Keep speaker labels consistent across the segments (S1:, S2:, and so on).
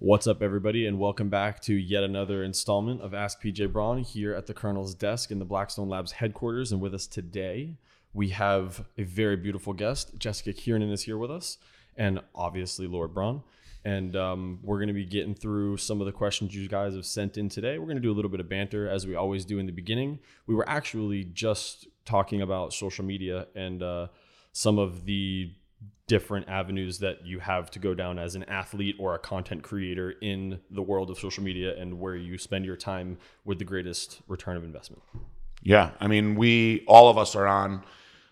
S1: What's up, everybody, and welcome back to yet another installment of Ask PJ Braun here at the Colonel's desk in the Blackstone Labs headquarters. And with us today, we have a very beautiful guest. Jessica Kiernan is here with us, and obviously Lord Braun. And um, we're going to be getting through some of the questions you guys have sent in today. We're going to do a little bit of banter as we always do in the beginning. We were actually just talking about social media and uh, some of the different avenues that you have to go down as an athlete or a content creator in the world of social media and where you spend your time with the greatest return of investment.
S2: Yeah, I mean, we all of us are on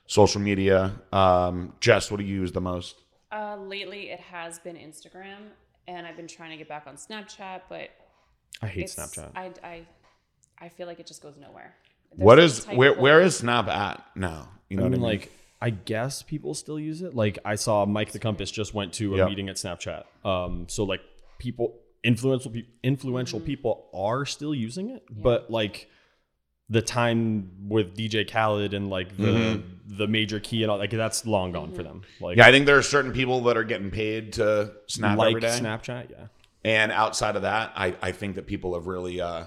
S2: social media. Um, Jess, what do you use the most?
S3: Uh, lately, it has been Instagram, and I've been trying to get back on Snapchat, but
S1: I hate
S3: it's,
S1: Snapchat.
S3: I, I, I feel like it just goes nowhere. There's
S2: What
S3: some
S2: is
S3: type
S2: where?
S3: of-
S2: Where is Snap at now? You know
S1: I mean,
S2: what I mean.
S1: like, I guess people still use it. Like, I saw Mike the Compass just went to a
S2: Yeah.
S1: meeting at Snapchat. Um, so like, people influential pe- influential people are still using it, but like the time with DJ Khaled and like the the major key and all like that's long gone for them. Like,
S2: yeah, I think there are certain people that are getting paid to Snap
S1: like
S2: every day,
S1: Snapchat, yeah.
S2: and outside of that, I, I think that people have really uh,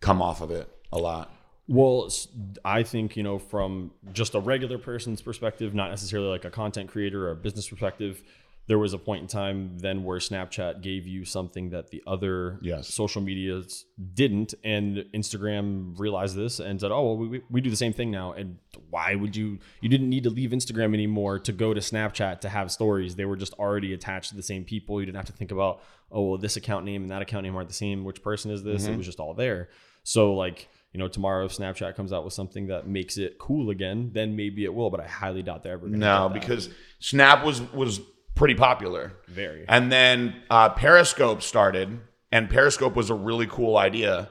S2: come off of it a lot.
S1: Well, s- I think, you know, from just a regular person's perspective, not necessarily like a content creator or a business perspective, there was a point in time then where Snapchat gave you something that the other
S2: Yes.
S1: social medias didn't. And Instagram realized this and said, oh, well, we, we- we do the same thing now. And why would you? You didn't need to leave Instagram anymore to go to Snapchat to have stories. They were just already attached to the same people. You didn't have to think about, oh, well, this account name and that account name aren't the same. Which person is
S2: Mm-hmm.
S1: this? It was just all there. So, like, you know, tomorrow if Snapchat comes out with something that makes it cool again, then maybe it will. But I highly doubt they're ever going to
S2: No, because Snap was was pretty popular.
S1: Very.
S2: And then uh, Periscope started, and Periscope was a really cool idea.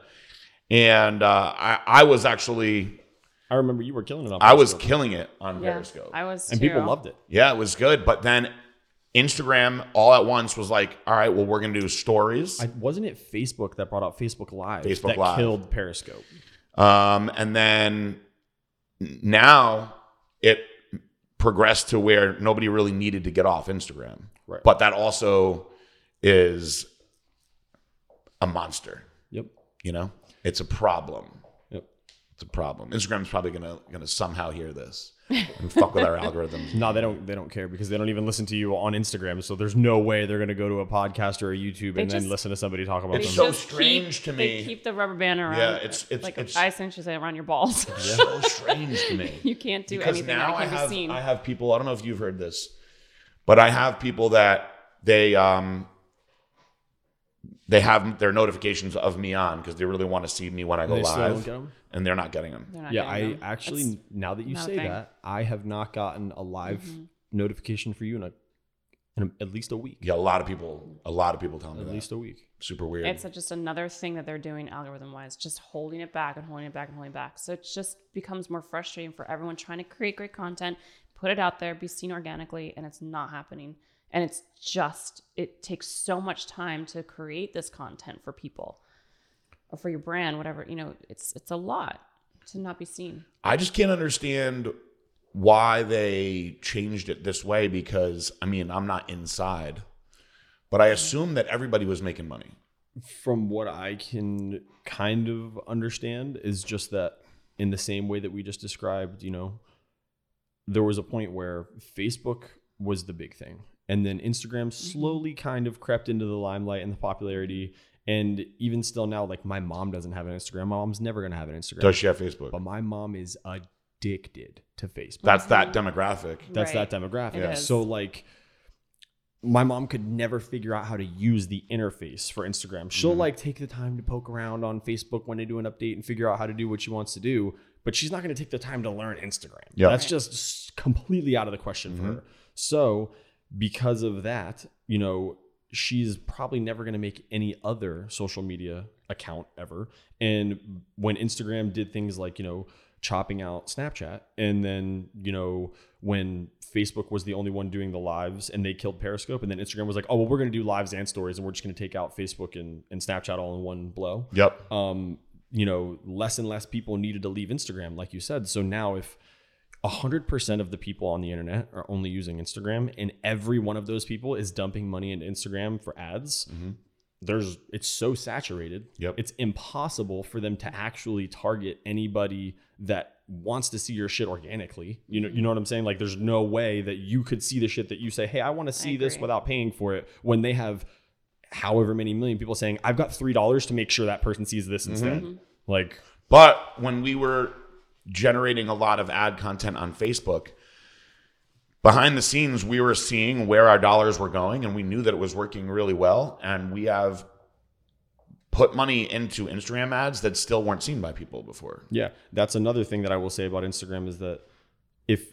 S2: And uh, I, I was actually
S1: I remember you were killing it on
S2: I was
S1: Periscope,
S2: killing it on
S3: Yeah,
S2: Periscope.
S3: I was,
S1: and
S3: too.
S1: people loved it.
S2: Yeah, it was good. But then Instagram all at once was like, all right, well, we're going to do stories.
S1: I, wasn't it Facebook that brought out Facebook Live?
S2: Facebook
S1: that
S2: Live.
S1: killed Periscope.
S2: Um, and then now it progressed to where nobody really needed to get off Instagram.
S1: Right.
S2: But that also is a monster,
S1: Yep.
S2: you know? It's a problem.
S1: Yep.
S2: It's a problem. Instagram's probably going to going to somehow hear this and fuck with our algorithms.
S1: No, they don't. They don't care because they don't even listen to you on Instagram. So there's no way they're going to go to a podcast or a YouTube and then
S3: just-
S1: listen to somebody talk about
S3: They
S1: them.
S2: It's so
S3: just
S2: strange to me.
S3: They keep the rubber band around.
S2: Yeah, it's- it's-
S3: like
S2: it's-
S3: I essentially say around your balls.
S2: so strange to me.
S3: you can't do
S2: because
S3: anything
S2: now
S3: that
S2: I
S3: can
S2: have
S3: be seen.
S2: I have people. I don't know if you've heard this, but I have people that they um they have their notifications of me on because they really want to see me when I go
S1: They
S2: live,
S1: still don't get 'em?
S2: and they're not getting them.
S3: They're not
S1: yeah,
S3: getting
S1: I
S3: them.
S1: actually
S3: It's-
S1: now that you
S3: not a
S1: say
S3: thing. Mm-hmm.
S1: that, I have not gotten a live notification for you in, a, in a, at least a week.
S2: Yeah, a lot of people, a lot of people tell me
S1: At
S2: that.
S1: least a week.
S2: Super weird.
S3: it's a- just another thing that they're doing algorithm wise, just holding it back and holding it back and holding it back. So it just becomes more frustrating for everyone trying to create great content, put it out there, be seen organically, and it's not happening. And it's just, it takes so much time to create this content for people or for your brand, whatever, you know, it's, it's a lot to not be seen.
S2: I just can't understand why they changed it this way because I mean I'm not inside, but I assume that everybody was making money.
S1: from what I can kind of understand is just that in the same way that we just described, you know, there was a point where Facebook was the big thing. And then
S2: Mm-hmm.
S1: Instagram slowly kind of crept into the limelight and the popularity. And even still now, like my mom doesn't have an Instagram. My mom's never going to have an Instagram.
S2: Does she have Facebook?
S1: But my mom is addicted to Facebook.
S2: That's that demographic.
S1: That's
S3: Right.
S1: that demographic.
S3: It is.
S1: So like my mom could never figure out how to use the interface for Instagram. She'll like take the time to poke around on Facebook when they do an update and figure out how to do what she wants to do, but she's not going to take the time to learn Instagram.
S2: Yeah.
S1: That's just s- completely out of the question for her. So, because of that, you know, she's probably never going to make any other social media account ever. And when Instagram did things like, you know, chopping out Snapchat, and then, you know, when Facebook was the only one doing the lives and they killed Periscope, and then Instagram was like, oh, well, we're going to do lives and stories and we're just going to take out Facebook and, and Snapchat all in one blow
S2: Yep.
S1: um, you know, less and less people needed to leave Instagram, like you said. So now, if 100% of the people on the internet are only using Instagram and every one of those people is dumping money into Instagram for ads, there's it's so saturated.
S2: Yep.
S1: It's impossible for them to actually target anybody that wants to see your shit organically. You know, you know what I'm saying? Like there's no way that you could see the shit that you say, "Hey, I want to see this
S3: agree.
S1: without paying for it." When they have however many million people saying, "I've got $3 to make sure that person sees this instead." Like
S2: But when we were generating a lot of ad content on Facebook, behind the scenes, we were seeing where our dollars were going and we knew that it was working really well. And we have put money into Instagram ads that still weren't seen by people before.
S1: Yeah, that's another thing that I will say about Instagram is that if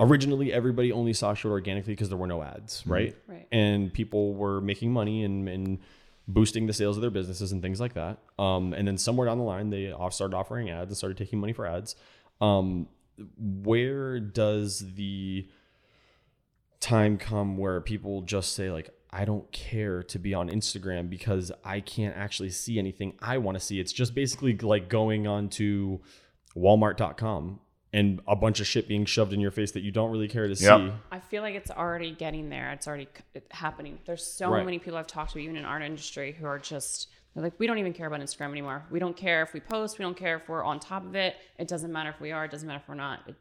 S1: originally everybody only saw short organically because there were no ads, right?
S3: Right.
S1: And people were making money and and boosting the sales of their businesses and things like that. Um, and then somewhere down the line, they off started offering ads and started taking money for ads. Um, where does the time come where people just say like I don't care to be on Instagram because I can't actually see anything I want to see. It's just basically like going on to walmart.com and a bunch of shit being shoved in your face that you don't really care to
S2: Yep.
S1: see.
S3: I feel like it's already getting there. It's already c- it- happening. There's so
S1: Right.
S3: many people I've talked to, even in our industry, who are just they're like, we don't even care about Instagram anymore. We don't care if we post. We don't care if we're on top of it. It doesn't matter if we are. It doesn't matter if we're not. It,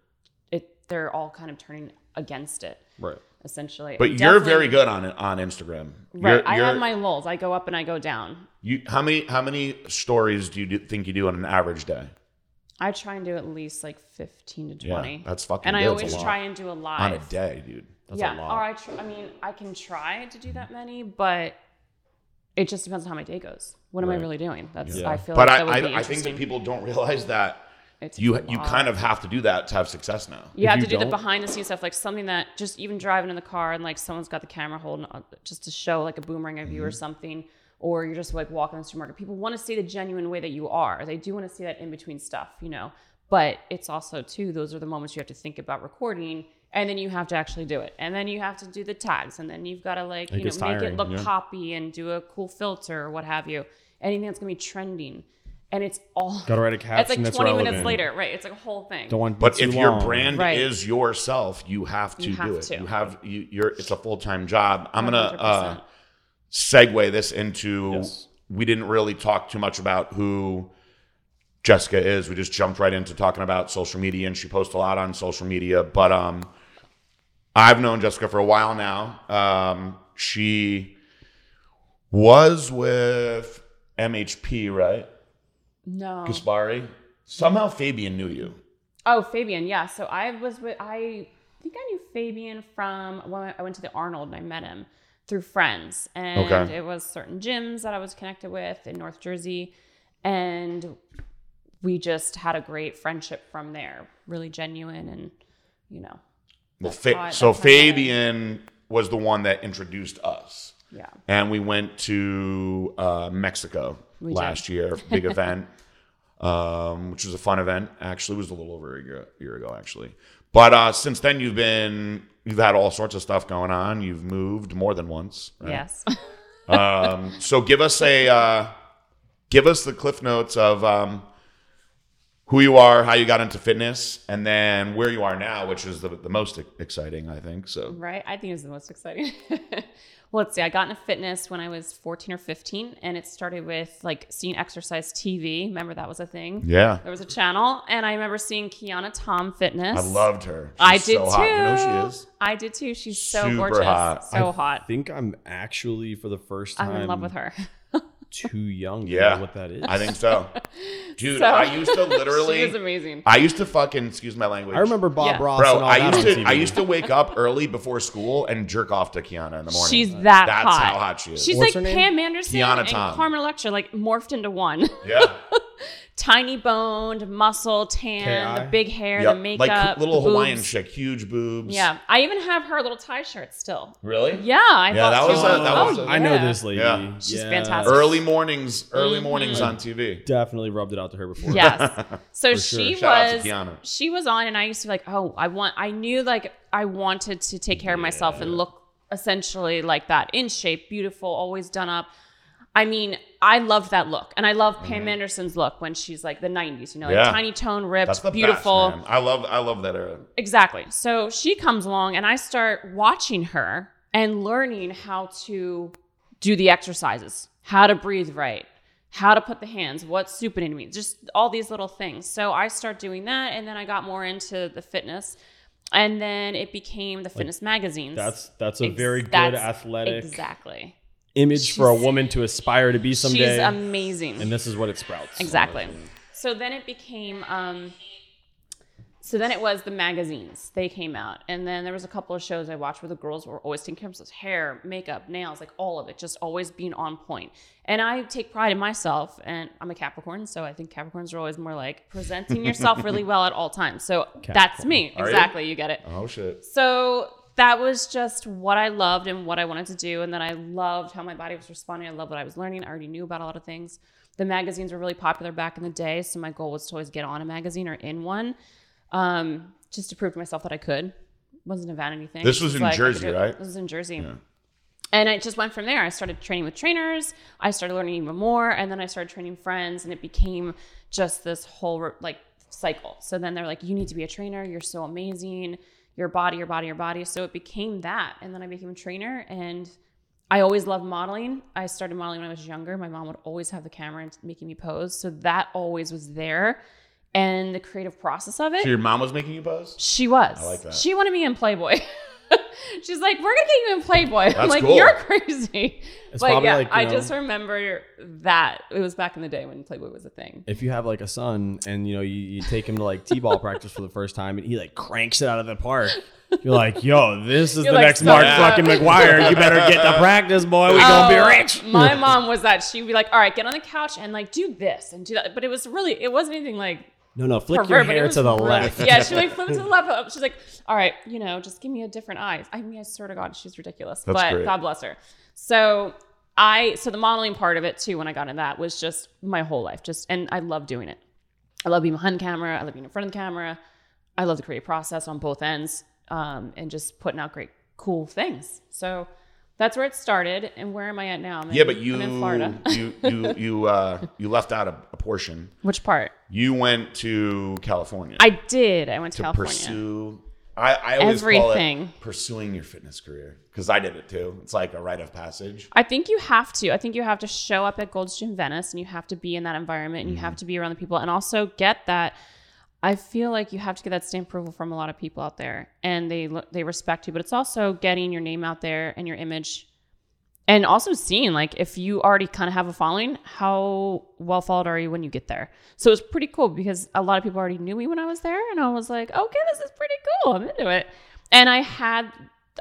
S3: it they're all kind of turning against it,
S1: Right.
S3: essentially.
S2: But
S3: I'm
S2: you're
S3: definitely-
S2: very good on it on Instagram.
S3: Right.
S2: You're-
S3: I
S2: you're-
S3: have my lulls. I go up and I go down.
S2: you, how many how many stories do you do, think you do on an average day?
S3: I try and do at least like 15 to 20.
S2: that's fucking
S3: And I
S2: good. It's a
S3: always
S2: lot.
S3: try and do a live.
S2: On a day, dude.
S3: yeah. Or I, tr- I mean, I can try to do that many, but it just depends on how my day goes. What am I
S1: Right.
S3: really doing? That's
S1: Yeah.
S3: I feel
S2: But
S3: like that would
S2: I,
S3: be
S2: I, I think that
S3: interesting.
S2: people don't realize that
S3: It's
S2: you
S3: a
S2: you
S3: lot.
S2: kind of have to do that to have success now.
S3: you have
S1: you
S3: to do the
S1: don't-
S3: behind the scenes stuff, like something that just even driving in the car and like someone's got the camera holding on, just to show like a boomerang of
S1: Mm-hmm.
S3: you or something, or you're just like walking in the supermarket. People want to see the genuine way that you are. They do want to see that in between stuff, you know. But it's also too; those are the moments you have to think about recording, and then you have to actually do it, and then you have to do the tags, and then you've got to like
S1: It
S3: you know
S1: gets
S3: make
S1: tiring,
S3: it look
S1: yeah.
S3: poppy and do a cool filter or what have you. Anything that's gonna be trending, and it's all
S1: Gotta write a
S3: it's
S1: caption
S3: like
S1: that's
S3: 20 minutes
S1: relevant.
S3: later, right? It's like a whole thing.
S1: Don't want
S2: But
S1: too
S2: if your
S1: long.
S2: brand
S3: Right.
S2: is yourself, you have to
S3: You have
S2: do it.
S3: to.
S2: You have you, you're it's a full time job. I'm gonna uh,
S3: 100%.
S2: segue this into
S1: Yes.
S2: we didn't really talk too much about who Jessica is. We just jumped right into talking about social media, and she posts a lot on social media. But um, I've known Jessica for a while now. Um, she was with MHP, right?
S3: no.
S2: Gaspari. Somehow Fabian knew you.
S3: Oh, Fabian. Yeah. So I was with, I think I knew Fabian from when I went to the Arnold and I met him through friends. And
S2: Okay.
S3: it was certain gyms that I was connected with in North Jersey. And we just had a great friendship from there, really genuine and, you know,
S2: Well,
S3: how Oh, I-
S2: Fa- so
S3: that's how I met him.
S2: Fabian was the one that introduced us,
S3: yeah.
S2: and we went to uh, Mexico
S3: We
S2: last year, big event, um, which was a fun event. Actually, it was a little over a year, year ago, actually. But uh, since then, you've been you've had all sorts of stuff going on. You've moved more than once. right?
S3: Yes.
S2: Um, so give us a uh, give us the cliff notes of. Um, who you are, how you got into fitness, and then where you are now, which is the, the most e, exciting, I think. So,
S3: Right? I think it's the most exciting. well, let's see. I got into fitness when I was 14 or 15, and it started with like seeing exercise TV. Remember that was a thing?
S2: yeah.
S3: There was a channel, and I remember seeing Kiana Tom Fitness.
S2: I loved her. She's
S3: I did
S2: so
S3: too.
S2: Hot. You know she is.
S3: I did too. She's so
S2: Super
S3: gorgeous,
S2: hot.
S3: so
S1: I
S3: hot.
S1: think I'm actually for the first time
S3: I'm in love with her.
S1: Too young. To
S2: Yeah.
S1: know what that is.
S2: I think so. Dude,
S3: So-
S2: I used to
S3: she is
S2: literally.
S3: amazing.
S2: I used to fucking excuse my language.
S1: I remember Bob
S3: Yeah.
S1: Ross.
S2: Bro,
S1: and all
S2: I
S1: that
S2: used
S1: on
S2: to
S1: TV.
S2: I used to wake up early before school and jerk off to Kiana in the morning.
S3: She's that
S2: That's
S3: hot.
S2: how hot she is.
S3: She's
S1: What's her
S3: like
S1: name?
S3: Pam Anderson
S2: Kiana
S3: and
S2: Tom.
S3: Carmen Electra, like morphed into one.
S2: yeah,
S3: Tiny boned, muscle, tan,
S1: K.I.
S3: the big hair,
S2: Yep.
S3: the makeup,
S2: like little
S3: the
S2: Hawaiian
S3: boobs.
S2: chick, huge boobs.
S3: Yeah, I even have her little tie shirt still.
S2: really.
S3: Yeah, I
S2: Yeah, that
S3: thought
S2: was
S3: she
S2: a- that
S3: oh,
S2: was a-
S1: I know
S3: yeah.
S1: this lady.
S2: Yeah.
S3: She's
S1: Yeah.
S3: fantastic.
S2: Early mornings, early
S3: Mm-hmm.
S2: mornings on TV.
S1: Definitely rubbed it out to her before.
S3: Yes. So
S1: For sure.
S3: she
S2: Shout out to
S3: was
S2: Kiana.
S3: she was on and I used to be like, "Oh, I want I knew like I wanted to take care of myself and look essentially like that, in shape, beautiful, always done up." I mean, I loved that look. And I love Pam Anderson's look when she's like the 90s, you know, like
S2: Mm-hmm. Yeah.
S3: tiny tone,
S2: That's
S3: ripped,
S2: the
S3: beautiful.
S2: best, man. I love, I love that era.
S3: Exactly. So she comes along and I start watching her and learning how to do the exercises how to breathe right, how to put the hands, what supinating means, just all these little things. So I start doing that, and then I got more into the fitness, and then it became the fitness magazines.
S1: That's that's a
S3: Ex-
S1: very good
S3: that's
S1: athletic
S3: exactly.
S1: image for a woman to aspire to be someday.
S3: She's amazing.
S1: and this is what it sprouts.
S3: Exactly. So then it became. Um, so then it was the magazines. They came out, and then there was a couple of shows I watched where the girls were always taking care of themselves, hair, makeup, nails, like all of it, just always being on point. And I take pride in myself, and I'm a Capricorn, so I think Capricorns are always more like presenting yourself really well at all times. So that's me,
S2: Are you?
S3: exactly. you get it.
S2: Oh shit.
S3: So that was just what I loved and what I wanted to do. And then I loved how my body was responding. I loved what I was learning. I already knew about a lot of things. The magazines were really popular back in the day. So my goal was to always get on a magazine or in one um, just to prove to myself that I could. Wasn't a vanity thing.
S2: This was
S3: It's
S2: in
S3: like, I could
S2: Jersey,
S3: do it.
S2: right?
S3: This was in Jersey. And I just went from there. I started training with trainers. I started learning even more. And then I started training friends, and it became just this whole like cycle. So then they're like, you need to be a trainer. You're so amazing. Your body, your body, your body. So it became that. And then I became a trainer. And I always loved modeling. I started modeling when I was younger. My mom would always have the camera and making me pose. So that always was there. And the creative process of it.
S2: So your mom was making you buzz?
S3: She was.
S2: I like that.
S3: She wanted me in Playboy. She's like, we're gonna get you in Playboy. I'm
S2: That's
S3: like,
S2: cool.
S3: you're crazy.
S1: It's
S3: but
S1: probably
S3: yeah,
S1: like, you
S3: I
S1: know-
S3: just remember that it was back in the day when Playboy was a thing.
S1: If you have like a son and you know you, you take him to like t-ball practice for the first time and he like cranks it out of the park, you're like, "Yo, this is
S3: You're
S1: the
S3: like,
S1: next Mark
S3: "Stop."
S1: fucking McGuire. You better get to practice, boy. We gonna
S3: Oh,
S1: be rich."
S3: my mom was that. She'd be like, all right, get on the couch and like do this and do that. But it was really, it wasn't anything like
S1: No, no, flick your
S3: pervert, but it
S1: hair
S3: was
S1: to the
S3: really-
S1: left.
S3: Yeah, she like flipped to the left. She's like, all right, you know, just give me a different eye. I mean, I swear to God, she's ridiculous,
S2: That's
S3: but
S2: great.
S3: God bless her. So I, so the modeling part of it too, when I got in that was just my whole life, just, and I love doing it. I love being behind the camera. I love being in front of the camera. I love the creative process on both ends um, and just putting out great, cool things. So that's where it started. And where am I at now? I'm in-
S2: Yeah, but
S3: I'm
S2: you
S3: in Florida.
S2: you you you uh you left out a, a portion.
S3: Which part?
S2: You went to California
S3: I did. I went to,
S2: to
S3: California.
S2: pursue I, I always call
S3: Everything.
S2: it pursuing your fitness career. Because I did it too. It's like a rite of passage.
S3: I think you have to. I think you have to show up at Gold's Gym Venice and you have to be in that environment and you have to be around the people and also get that. I feel like you have to get that stamp approval from a lot of people out there and they lo- they respect you, but it's also getting your name out there and your image and also seeing like if you already kind of have a following, how well followed are you when you get there? So it's pretty cool because a lot of people already knew me when I was there, and I was like, okay, this is pretty cool. I'm into it. And I had,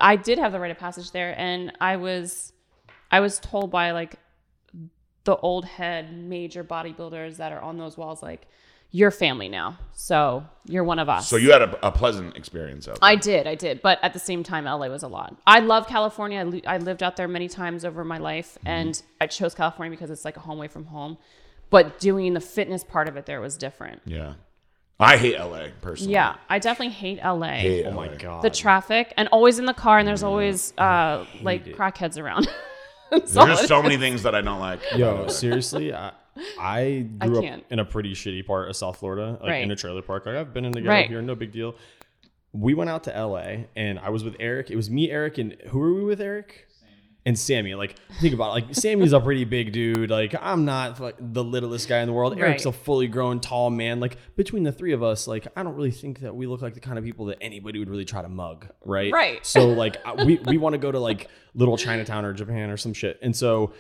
S3: I did have the rite of passage there, and I was, I was told by like the old head major bodybuilders that are on those walls, like you're family now, so you're one of us.
S2: So you had a, a pleasant experience of it.
S3: I did, I did, but at the same time, LA was a lot. I love California. I, li- I lived out there many times over my life,
S1: Mm-hmm.
S3: and I chose California because it's like a home away from home. But doing the fitness part of it there was different.
S2: Yeah. I hate LA personally.
S3: Yeah, I definitely hate LA.
S2: Hate
S1: Oh
S2: LA.
S1: my god.
S3: The traffic, and always in the car, and
S1: Mm-hmm.
S3: there's always uh, like crackheads around. That's all
S2: There's
S3: it
S2: so many things that I don't like.
S1: Yo, seriously, I, I grew up
S3: can't.
S1: in a pretty shitty part of South Florida, like in
S3: Right.
S1: a trailer park. Like I've been in the ghetto
S3: Right.
S1: here, no big deal. We went out to LA, and I was with Eric. It was me, Eric, and who were we with, Eric? And Sammy, like think about it, like Sammy's a pretty big dude. Like I'm not like the littlest guy in the world. Eric's a
S3: Right.
S1: fully grown tall man. Like between the three of us, like I don't really think that we look like the kind of people that anybody would really try to mug, right?
S3: Right.
S1: So like I- we we want to go to like little Chinatown or Japan or some shit. And so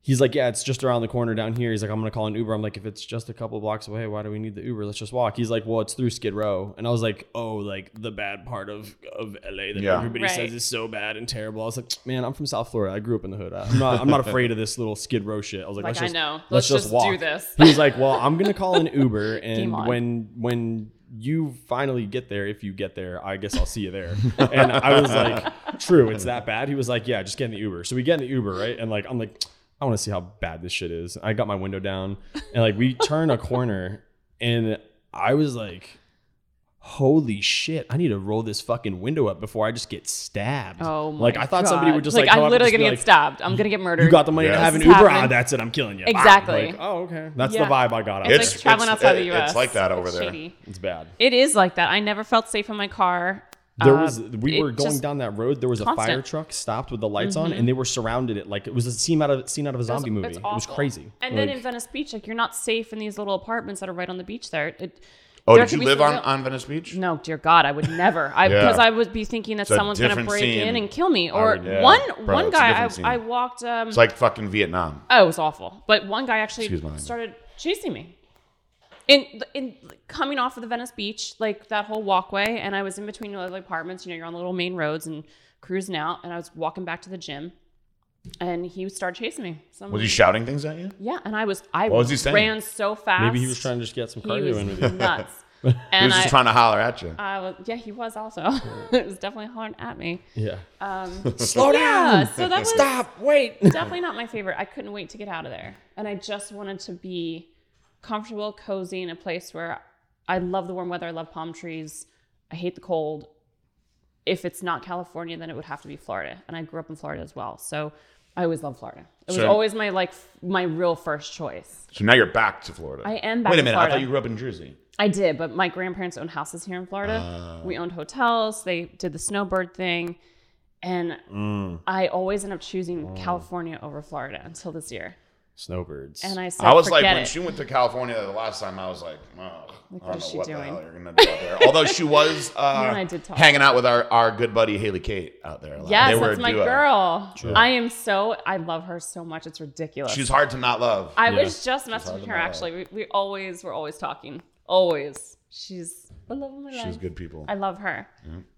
S1: he's like, yeah, it's just around the corner down here. He's like, I'm gonna call an Uber. I'm like, if it's just a couple blocks away, why do we need the Uber? Let's just walk. He's like, well, it's through Skid Row. And I was like, oh, like the bad part of of LA that
S2: Yeah.
S1: everybody
S3: Right.
S1: says is so bad and terrible. I was like, man, I'm from South Florida. I grew up in the hood. I'm not I'm not afraid of this little Skid Row shit. I was like,
S3: Like,
S1: let's
S3: I
S1: just
S3: know.
S1: let's,
S3: Let's
S1: just,
S3: just
S1: walk.
S3: do this.
S1: He was like, well, I'm gonna call an Uber, and
S3: Game on.
S1: when when you finally get there, if you get there, I guess I'll see you there. And I was like, true, it's that bad. He was like, yeah, just get in the Uber. So we get in the Uber, right? And like, I'm like, I want to see how bad this shit is. I got my window down, and like, we turn a corner, and I was like. Holy shit! I need to roll this fucking window up before I just get stabbed.
S3: Oh my
S1: Like I thought somebody
S3: God.
S1: would just like,
S3: like,
S1: come
S3: I'm
S1: up and
S3: literally
S1: just be
S3: gonna
S1: like,
S3: get stabbed. I'm gonna get murdered.
S1: you got the money to
S2: Yes.
S1: have an
S3: This
S1: Uber.
S3: is
S1: Ah,
S3: happening.
S1: that's it. I'm killing you. Bam.
S3: Exactly.
S1: Like, oh, okay. That's the
S3: Yeah.
S1: vibe I got. Out
S3: It's,
S1: it's,
S2: It's-
S3: like traveling
S2: it's-
S3: outside
S2: it-
S3: the U.S.
S2: it's like that over there.
S3: shady.
S1: it's bad.
S3: It is like that. I never felt safe in my car.
S1: There
S3: Uh,
S1: was we
S3: it
S1: were going
S3: just-
S1: down that road. There was
S3: constant. Mm-hmm.
S1: a fire truck stopped with the lights on, and they were surrounded. It like it was a scene out of scene out of a
S3: It was-
S1: zombie movie.
S3: it's
S1: It was
S3: awful.
S1: crazy.
S3: And then
S1: Like,
S3: in Venice Beach, like you're not safe in these little apartments that are right on the beach there. It,
S2: Oh,
S3: there
S2: did
S3: could
S2: you
S3: be
S2: live
S3: some
S2: on,
S3: real-
S2: on Venice Beach?
S3: No, dear God, I would never. I
S2: Yeah.
S3: because I would be thinking that
S2: a
S3: someone's gonna
S2: different
S3: break
S2: scene.
S3: in and kill me. Or
S1: would-
S2: yeah.
S3: one
S2: Bro,
S3: one
S2: it's a
S3: guy,
S2: different scene.
S3: I, I walked. Um,
S2: It's like fucking Vietnam.
S3: oh, it was awful. But one guy actually
S2: Excuse my language.
S3: started chasing me. In in coming off of the Venice Beach, like that whole walkway, and I was in between the little apartments. You know, you're on the little main roads and cruising out. And I was walking back to the gym, and he started chasing me. Some,
S2: Was he shouting things at you?
S3: yeah, and I was I
S2: What was he saying?
S3: ran so fast.
S1: maybe he was trying to just get some
S3: He
S1: cardio
S3: was
S1: in with you.
S3: nuts.
S2: He
S3: and
S2: was just
S3: I,
S2: trying to holler at you.
S3: I was, yeah, he was also. it was definitely hollering at me.
S1: Yeah.
S3: Um,
S1: Slow
S3: yeah, so that was
S1: Stop. Wait.
S3: definitely not my favorite. I couldn't wait to get out of there, and I just wanted to be comfortable, cozy in a place where I love the warm weather. I love palm trees. I hate the cold. If it's not California, then it would have to be Florida, and I grew up in Florida as well, so I always loved Florida. It was
S2: So-
S3: always my like f- my real first choice.
S2: So now you're back to Florida.
S3: I am back
S2: Wait a
S3: in
S2: minute. I
S3: Florida.
S2: thought you grew up in Jersey.
S3: I did, but my grandparents owned houses here in Florida.
S2: Ah.
S3: we owned hotels. They did the snowbird thing, and
S2: Mm.
S3: I always end up choosing California over Florida until this year.
S1: Snowbirds.
S3: And I said,
S2: I was like,
S3: forget
S2: when
S3: it.
S2: she went to California the last time, I was like, oh, I
S3: what
S2: don't
S3: is
S2: know
S3: she
S2: what the
S3: doing?
S2: hell you're going to do out there. Although she was uh,
S3: and I did talk.
S2: hanging out with our, our good buddy Haley Kate out there. Like,
S3: yes,
S2: they were
S3: that's
S2: a
S3: my
S2: duo.
S3: girl. I am so I love her so much. It's ridiculous.
S2: She's hard to not love.
S3: I
S1: Yeah.
S3: was just
S2: hard
S3: messaging
S2: to
S3: her
S2: know.
S3: actually. We, we always were always talking. Always. She's the love of my life.
S2: She's good people.
S3: I love her.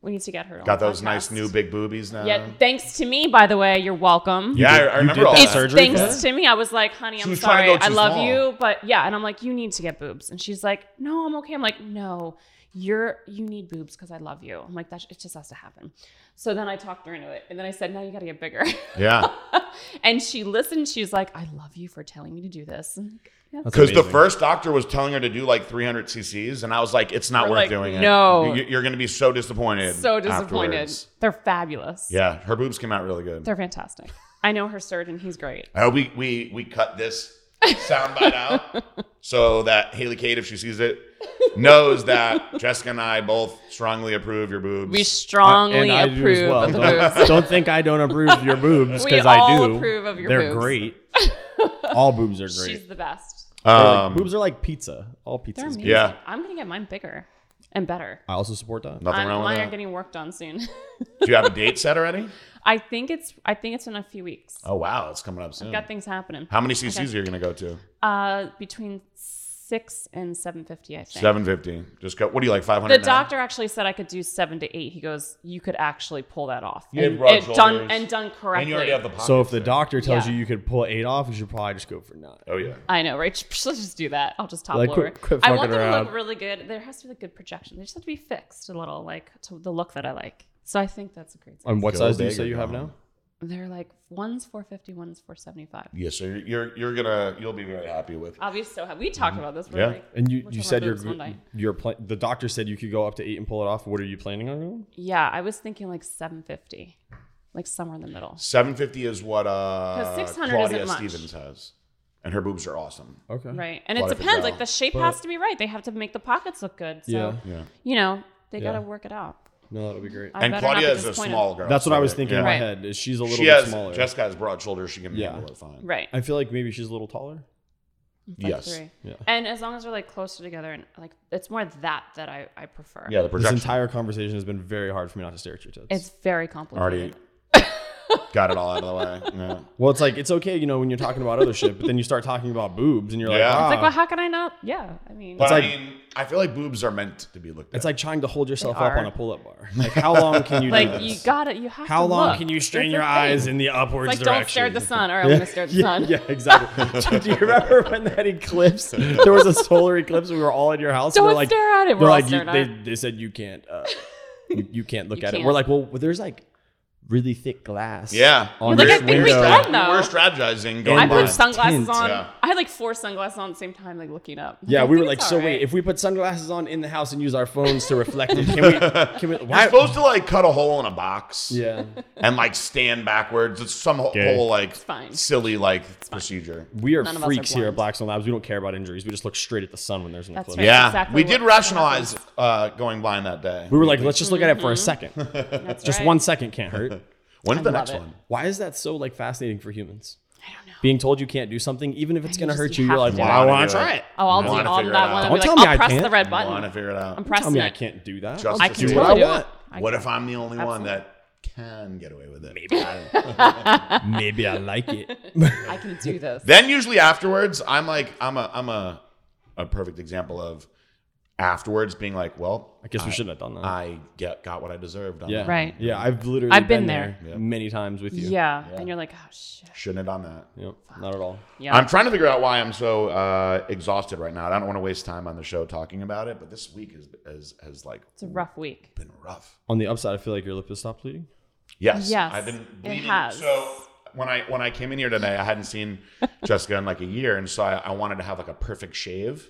S3: We need to get her. on
S2: Got
S3: the
S2: those nice
S3: podcast.
S2: new big boobies now.
S3: Yeah, thanks to me, by the way. You're welcome.
S2: Yeah, I,
S1: did-
S2: I
S1: you
S2: remember
S1: did
S2: all
S1: that
S2: that.
S3: it's
S1: surgery for
S3: thanks to me. I was like, honey, I'm
S2: was trying to
S3: sorry.
S2: go
S3: I
S2: too
S3: love
S2: small.
S3: you, but yeah. And I'm like, you need to get boobs. And she's like, no, I'm okay. I'm like, no, you're you need boobs because I love you. I'm like, that it just has to happen. So then I talked her into it, and then I said, no, you got to get bigger.
S2: Yeah.
S3: and she listened. She's like, I love you for telling me to do this. And I'm like, yeah.
S1: That's
S2: Because the
S1: amazing.
S2: first doctor was telling her to do like 300 cc's, and I was like, "It's not
S3: We're
S2: worth
S3: like,
S2: doing it.
S3: no.
S2: You- you're going to be so disappointed.
S3: so disappointed.
S2: afterwards."
S3: They're fabulous.
S2: Yeah, her boobs came out really good.
S3: They're fantastic. I know her surgeon. He's great.
S2: I hope we we we cut this soundbite out so that Haley Kate, if she sees it, knows that Jessica and I both strongly approve your boobs. Um,
S3: We strongly
S1: and I do
S3: approve
S1: as well.
S3: of the
S1: Don't,
S3: boobs.
S1: don't think I don't approve of your boobs
S3: We
S1: because I
S3: all
S1: do.
S3: approve of your
S1: They're
S3: boobs.
S1: great. All boobs are great.
S3: She's the best.
S1: They're like-
S2: Um,
S1: boobs are like pizza. All pizza.
S3: They're
S1: is
S3: amazing.
S1: good.
S2: Yeah.
S3: I'm gonna get mine bigger and better.
S1: I also support that.
S2: nothing
S3: I'm,
S2: wrong with
S3: mine are
S2: that.
S3: getting worked on soon.
S2: Do you have a date set already?
S3: I think it's I think it's in a few weeks.
S2: Oh wow, it's coming up soon.
S3: Got things happening.
S2: How many cc's are you going to go to?
S3: Uh, between six and seven fifty, I think.
S2: 750. Just go. What do you like? 500.
S3: The
S2: now?
S3: doctor actually said I could do seven to eight. He goes, "You could actually pull that off,
S2: You
S3: and,
S2: have broad
S3: it done
S2: shoulders,
S3: and done correctly."
S2: And you already have the.
S1: So if
S2: pockets
S1: the
S2: there.
S1: doctor tells
S3: Yeah.
S1: you you could pull eight off, you should probably just go for nine.
S2: Oh yeah.
S3: I know, right? Let's just do that. I'll just topple
S1: Like,
S3: over.
S1: quit- quit
S3: I
S1: fucking
S3: want them to
S1: around.
S3: look really good. There has to be like good projection. They just have to be fixed a little, like to the look that I like. So I think that's a great. Size.
S1: And what
S2: Go
S1: size do you
S2: big
S1: say
S2: or
S1: you have
S2: go
S1: now?
S2: home.
S3: They're like one's four fifty, one's four seventy five.
S2: Yeah. So you're, you're you're gonna you'll be very happy with.
S3: I'll be so happy. We talked about this. We're
S2: Mm-hmm. Yeah.
S3: like,
S1: And you,
S3: we'll
S1: you
S3: talk
S1: said
S3: about
S1: your
S3: boobs one day.
S1: your pla- the doctor said you could go up to eight and pull it off. What are you planning on doing?
S3: yeah. I was thinking like seven fifty, like somewhere in the middle.
S2: 750 is what uh
S3: 600
S2: Claudia
S3: isn't much.
S2: Stevens has, and her boobs are awesome.
S1: Okay.
S3: Right, and it
S2: Lot of
S3: depends.
S2: gel.
S3: Like the shape has to be right. They have to make the pockets look good. So
S1: Yeah.
S2: Yeah.
S3: you know they
S1: Yeah.
S3: gotta work it out.
S1: No, that'll be great.
S3: I
S2: and
S3: better not
S2: Claudia
S3: be
S2: is a
S3: disappointed.
S2: small girl.
S1: That's what
S2: so
S1: I was
S2: that-
S1: thinking
S2: yeah.
S1: in my
S3: Right.
S1: head. Is she's a little
S2: She
S1: bit
S2: has
S1: smaller?
S2: Jessica has broad shoulders. She can
S1: Yeah.
S2: handle it fine.
S3: Right.
S1: I feel like maybe she's a little taller.
S3: Like
S2: Yes.
S3: three.
S1: Yeah.
S3: And as long as they're like closer together, and like it's more that that I I prefer.
S2: Yeah. The
S1: This
S2: projection
S1: entire conversation has been very hard for me not to stare at your tits.
S3: It's very complicated.
S2: already got it all out of the way. Yeah.
S1: well, it's like it's okay, you know, when you're talking about other shit, but then you start talking about boobs, and you're like,
S2: Yeah. It's
S1: ah.
S3: It's like, well, how can I not? Yeah, I mean,
S2: But
S1: like-
S2: I mean, I feel like boobs are meant to be looked at.
S1: It's like trying to hold yourself
S3: They
S1: up
S3: are.
S1: on a pull-up bar. Like, how long can you do
S3: like
S1: this?
S3: you got it. You have.
S1: how
S3: to
S1: long
S3: look.
S1: can you strain
S3: It's
S1: your
S3: a
S1: eyes
S3: thing.
S1: in the upwards
S3: Like,
S1: direction?
S3: don't stare at the sun, or I'm gonna stare at the
S1: yeah,
S3: sun.
S1: yeah, exactly. do you remember when that eclipse? There was a solar eclipse. We were all in your house. and
S3: Don't
S1: we're like,
S3: stare at it, we're
S1: They're
S3: all
S1: like, you,
S3: staring at
S1: they,
S3: it.
S1: they said you can't. Uh, you, you can't look
S3: You
S1: at it.
S3: can't.
S1: We're like, well, there's like
S4: really thick glass.
S2: Yeah.
S1: on
S3: Like,
S1: this
S3: I think we
S1: window.
S3: can,
S2: We
S3: though.
S2: We're strategizing. Going
S3: I
S2: by.
S3: put sunglasses
S4: tint.
S3: on.
S2: Yeah.
S3: I had like four sunglasses on at the same time, like looking up.
S4: Yeah,
S3: I
S4: we were
S3: think
S4: like,
S3: it's
S4: so
S3: all
S4: wait,
S3: right."
S4: if we put sunglasses on in the house and use our phones to reflect it, can we? Can we?
S2: You're
S4: Why?
S2: supposed to like cut a hole in a box
S4: yeah,
S2: and like stand backwards. It's some whole,
S1: Okay.
S2: whole like
S3: fine.
S2: silly like procedure.
S1: We are
S3: None of us are
S1: freaks here at
S3: blind.
S1: Blackstone Labs. We don't care about injuries. We just look straight at the sun when there's an
S3: That's
S1: eclipse.
S3: right.
S2: Yeah,
S3: exactly
S2: we
S3: what-
S2: did
S3: what
S2: rationalize uh, going blind that day.
S1: We were like, let's just look at it for a second.
S3: That's
S1: Just
S3: Mm-hmm. right.
S1: one second can't hurt.
S2: When's the
S3: I love
S2: next
S3: it.
S2: one?
S1: Why is that so like fascinating for humans?
S3: I don't know.
S1: Being told you can't do something, even if it's
S3: You
S1: gonna
S3: just-
S1: hurt
S3: you
S1: you, you're like,
S3: have to
S1: well,
S3: do
S1: I
S3: it.
S1: want to try it.
S3: Oh, I'll
S2: I
S3: do
S2: wanna
S3: all
S2: figure it
S3: that
S2: out.
S3: one. I'll
S1: Don't
S3: be like,
S1: tell me
S3: I'll
S1: I
S3: press the
S1: can't.
S3: red
S2: I want to
S3: button.
S2: figure it out.
S3: I'm pressing
S1: Tell me I
S3: it.
S1: can't do that.
S2: Just
S3: I
S2: to
S3: can
S2: see
S1: what I
S3: totally do it.
S1: want.
S3: I
S2: What
S3: can-
S2: if I'm the only one
S3: Absolutely.
S2: that can get away with it? Maybe.
S1: Maybe I like it.
S3: I can do this.
S2: then usually afterwards, I'm like, I'm a, I'm a, a perfect example of afterwards being like, well,
S1: I guess we shouldn't have done that.
S2: I get got what I deserved. on
S1: yeah.
S2: that.
S3: Right.
S1: Yeah, I've literally
S3: I've been
S2: there. Yeah.
S1: many times with you.
S3: Yeah. And you're like, oh shit.
S2: Shouldn't have done that.
S1: Yep, not at all.
S3: Yeah.
S2: I'm trying to figure out why I'm so uh, exhausted right now. and I don't want to waste time on the show talking about it, but this week is has has like
S3: it's a rough week.
S2: been rough.
S1: On the upside, I feel like your lip has stopped bleeding.
S2: Yes,
S3: Yes,
S2: I've been
S3: it
S2: bleeding.
S3: has.
S2: So when I when I came in here today, I hadn't seen Jessica in like a year, and so I, I wanted to have like a perfect shave,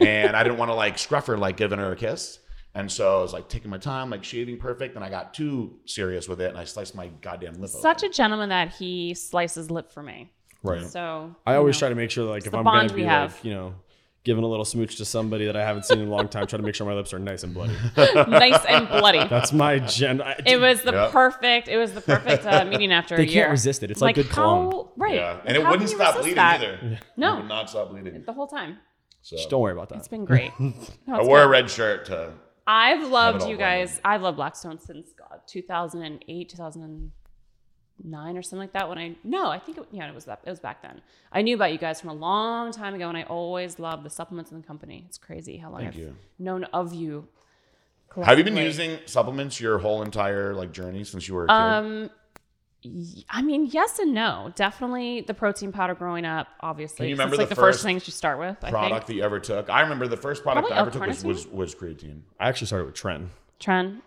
S2: and I didn't want to like scruff her like giving her a kiss. And so I was like taking my time, like shaving perfect, and I got too serious with it, and I sliced my goddamn lip.
S3: Such a gentleman that he slices lip for me.
S1: Right.
S3: So
S1: I
S3: you
S1: always
S3: know.
S1: try to make sure, like, if
S3: the
S1: I'm gonna
S3: bond
S1: be
S3: we have.
S1: like, you know, giving a little smooch to somebody that I haven't seen in a long time, try to make sure my lips are nice and bloody.
S3: nice and bloody.
S1: That's my gen. I,
S3: it was the
S2: Yeah.
S3: perfect. It was the perfect uh, meeting after
S1: They
S3: a
S1: can't
S3: year.
S1: resist it. It's like good
S3: how,
S1: cologne.
S3: Right.
S2: yeah,
S3: Like,
S2: and it
S3: how
S2: wouldn't
S3: can you
S2: stop
S3: resist
S2: bleeding
S3: that?
S2: either. It would
S3: No,
S2: not stop bleeding.
S3: the whole time.
S2: So
S1: Just don't worry about
S3: It's
S1: that.
S3: been great. No, it's
S2: I wore a
S3: been-
S2: red shirt to
S3: I've loved
S2: all
S3: you
S2: blended.
S3: guys. I've loved Blackstone since God, 2008, 2009 or something like that. When I no, I think it, yeah, it was that. It was back then. I knew about you guys from a long time ago, and I always loved the supplements in the company. It's crazy how long I've
S2: you.
S3: known of you.
S2: Have you been
S3: collectively.
S2: using supplements your whole entire like journey since you were a kid?
S3: Um, y- I mean, yes and no. Definitely the protein powder growing up, obviously.
S2: Can you
S3: 'cause
S2: remember
S3: it's like
S2: the
S3: the first
S2: first
S3: things you start with? I
S2: product
S3: think.
S2: that you ever took? I remember the first product
S3: Probably
S2: I ever took was,
S3: L-carnitine?
S2: was was creatine.
S1: I actually started with Tren.
S3: Tren.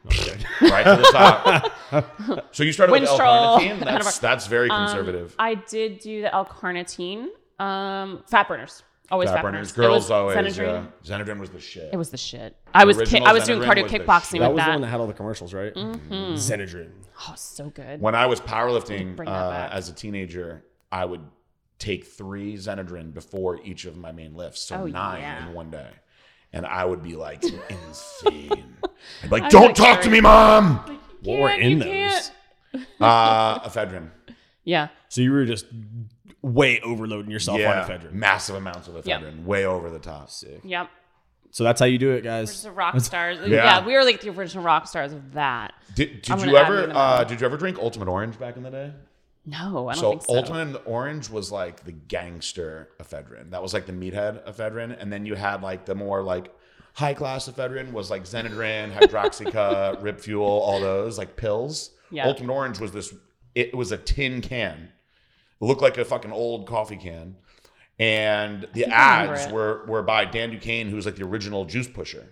S2: Right to the top. so you started with
S3: Winstrol.
S2: L-carnitine. That's that's very conservative.
S3: Um, I did do the L-carnitine. Um, fat burners. Always
S2: Fat
S3: fat,
S2: burners,
S3: It
S2: girls
S3: was
S2: always.
S3: Xenadrine.
S2: Yeah. Xenadrine was the shit.
S3: It was the shit. I was ki-
S2: original
S3: I was doing
S2: Xenadrine
S3: cardio
S2: was the
S3: kickboxing
S2: shit.
S1: That was the
S3: with that. Mm-hmm.
S1: one that had all the commercials, right? Xenadrine.
S3: oh, so good.
S2: when I was powerlifting
S3: Bring that
S2: uh,
S3: back.
S2: as a teenager, I would take three Xenadrine before each of my main lifts, so
S3: Oh,
S2: nine
S3: yeah.
S2: in one day, and I would be like insane. I'd be like,
S3: I'm
S2: "Don't
S3: like,
S2: talk to
S3: sorry.
S2: me, mom."
S1: What were
S3: Can't,
S1: in
S3: you
S1: those?
S3: can't.
S2: Uh, ephedrine.
S3: Yeah.
S1: So you were just way overloading yourself on
S2: Yeah,
S1: ephedrine.
S2: massive amounts of ephedrine, way over the top.
S3: Yep.
S1: So that's how you do it, guys.
S3: Just the rock stars. Yeah.
S2: Yeah.
S3: we were like the original rock stars of that.
S2: Did, did
S3: I'm
S2: you
S3: gonna add
S2: ever
S3: another
S2: uh,
S3: one.
S2: did you ever drink Ultimate Orange back in the day?
S3: No, I don't
S2: So,
S3: think so.
S2: Ultimate Orange was like the gangster ephedrine. That was like the meathead ephedrine, and then you had like the more like high class ephedrine was like Xenadrin, Hydroxyca, Rib Fuel, all those like pills.
S3: Yeah.
S2: Ultimate Orange was this. It was a tin can. It looked like a fucking old coffee can. And the
S3: think I remember
S2: ads
S3: it.
S2: were were by Dan Duquesne, who was like the original juice pusher.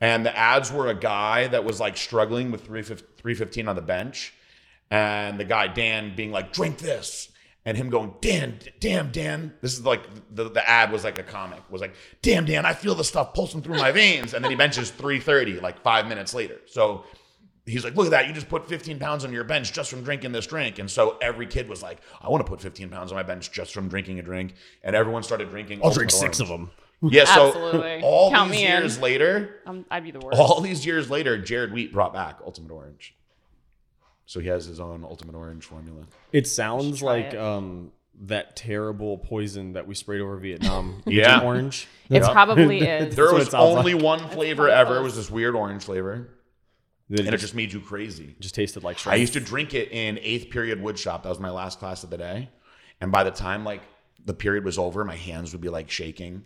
S2: And the ads were a guy that was like struggling with 315 315 on the bench. And the guy, Dan, being like, drink this. And him going, Dan, damn, Dan. This is like the, the ad was like a comic, was like, damn, Dan, I feel the stuff pulsing through my veins. And then he benches 330, like five minutes later. So he's like, look at that. You just put 15 pounds on your bench just from drinking this drink. And so every kid was like, I want to put 15 pounds on my bench just from drinking a drink. And everyone started drinking.
S1: I'll drink
S2: Ultimate
S1: six of
S2: Orange.
S1: them.
S2: Yeah. So
S3: Absolutely.
S2: all
S3: Count
S2: these
S3: me in.
S2: years later,
S3: Um, I'd be the worst.
S2: all these years later, Jared Wheat brought back Ultimate Orange. So he has his own Ultimate Orange formula.
S1: It sounds
S3: try
S1: like
S3: it.
S1: um that terrible poison that we sprayed over Vietnam. Agent
S2: Yeah.
S1: Orange.
S3: It probably is.
S2: There
S1: what it
S2: was
S1: sounds
S2: only one flavor
S3: pretty
S2: ever. It
S3: close.
S2: was this weird orange flavor,
S1: It
S2: and it
S1: just,
S2: just made you crazy.
S1: just tasted like
S2: I
S1: shrimp.
S2: used to drink it in eighth period wood shop. That was my last class of the day, and by the time like the period was over, my hands would be like shaking.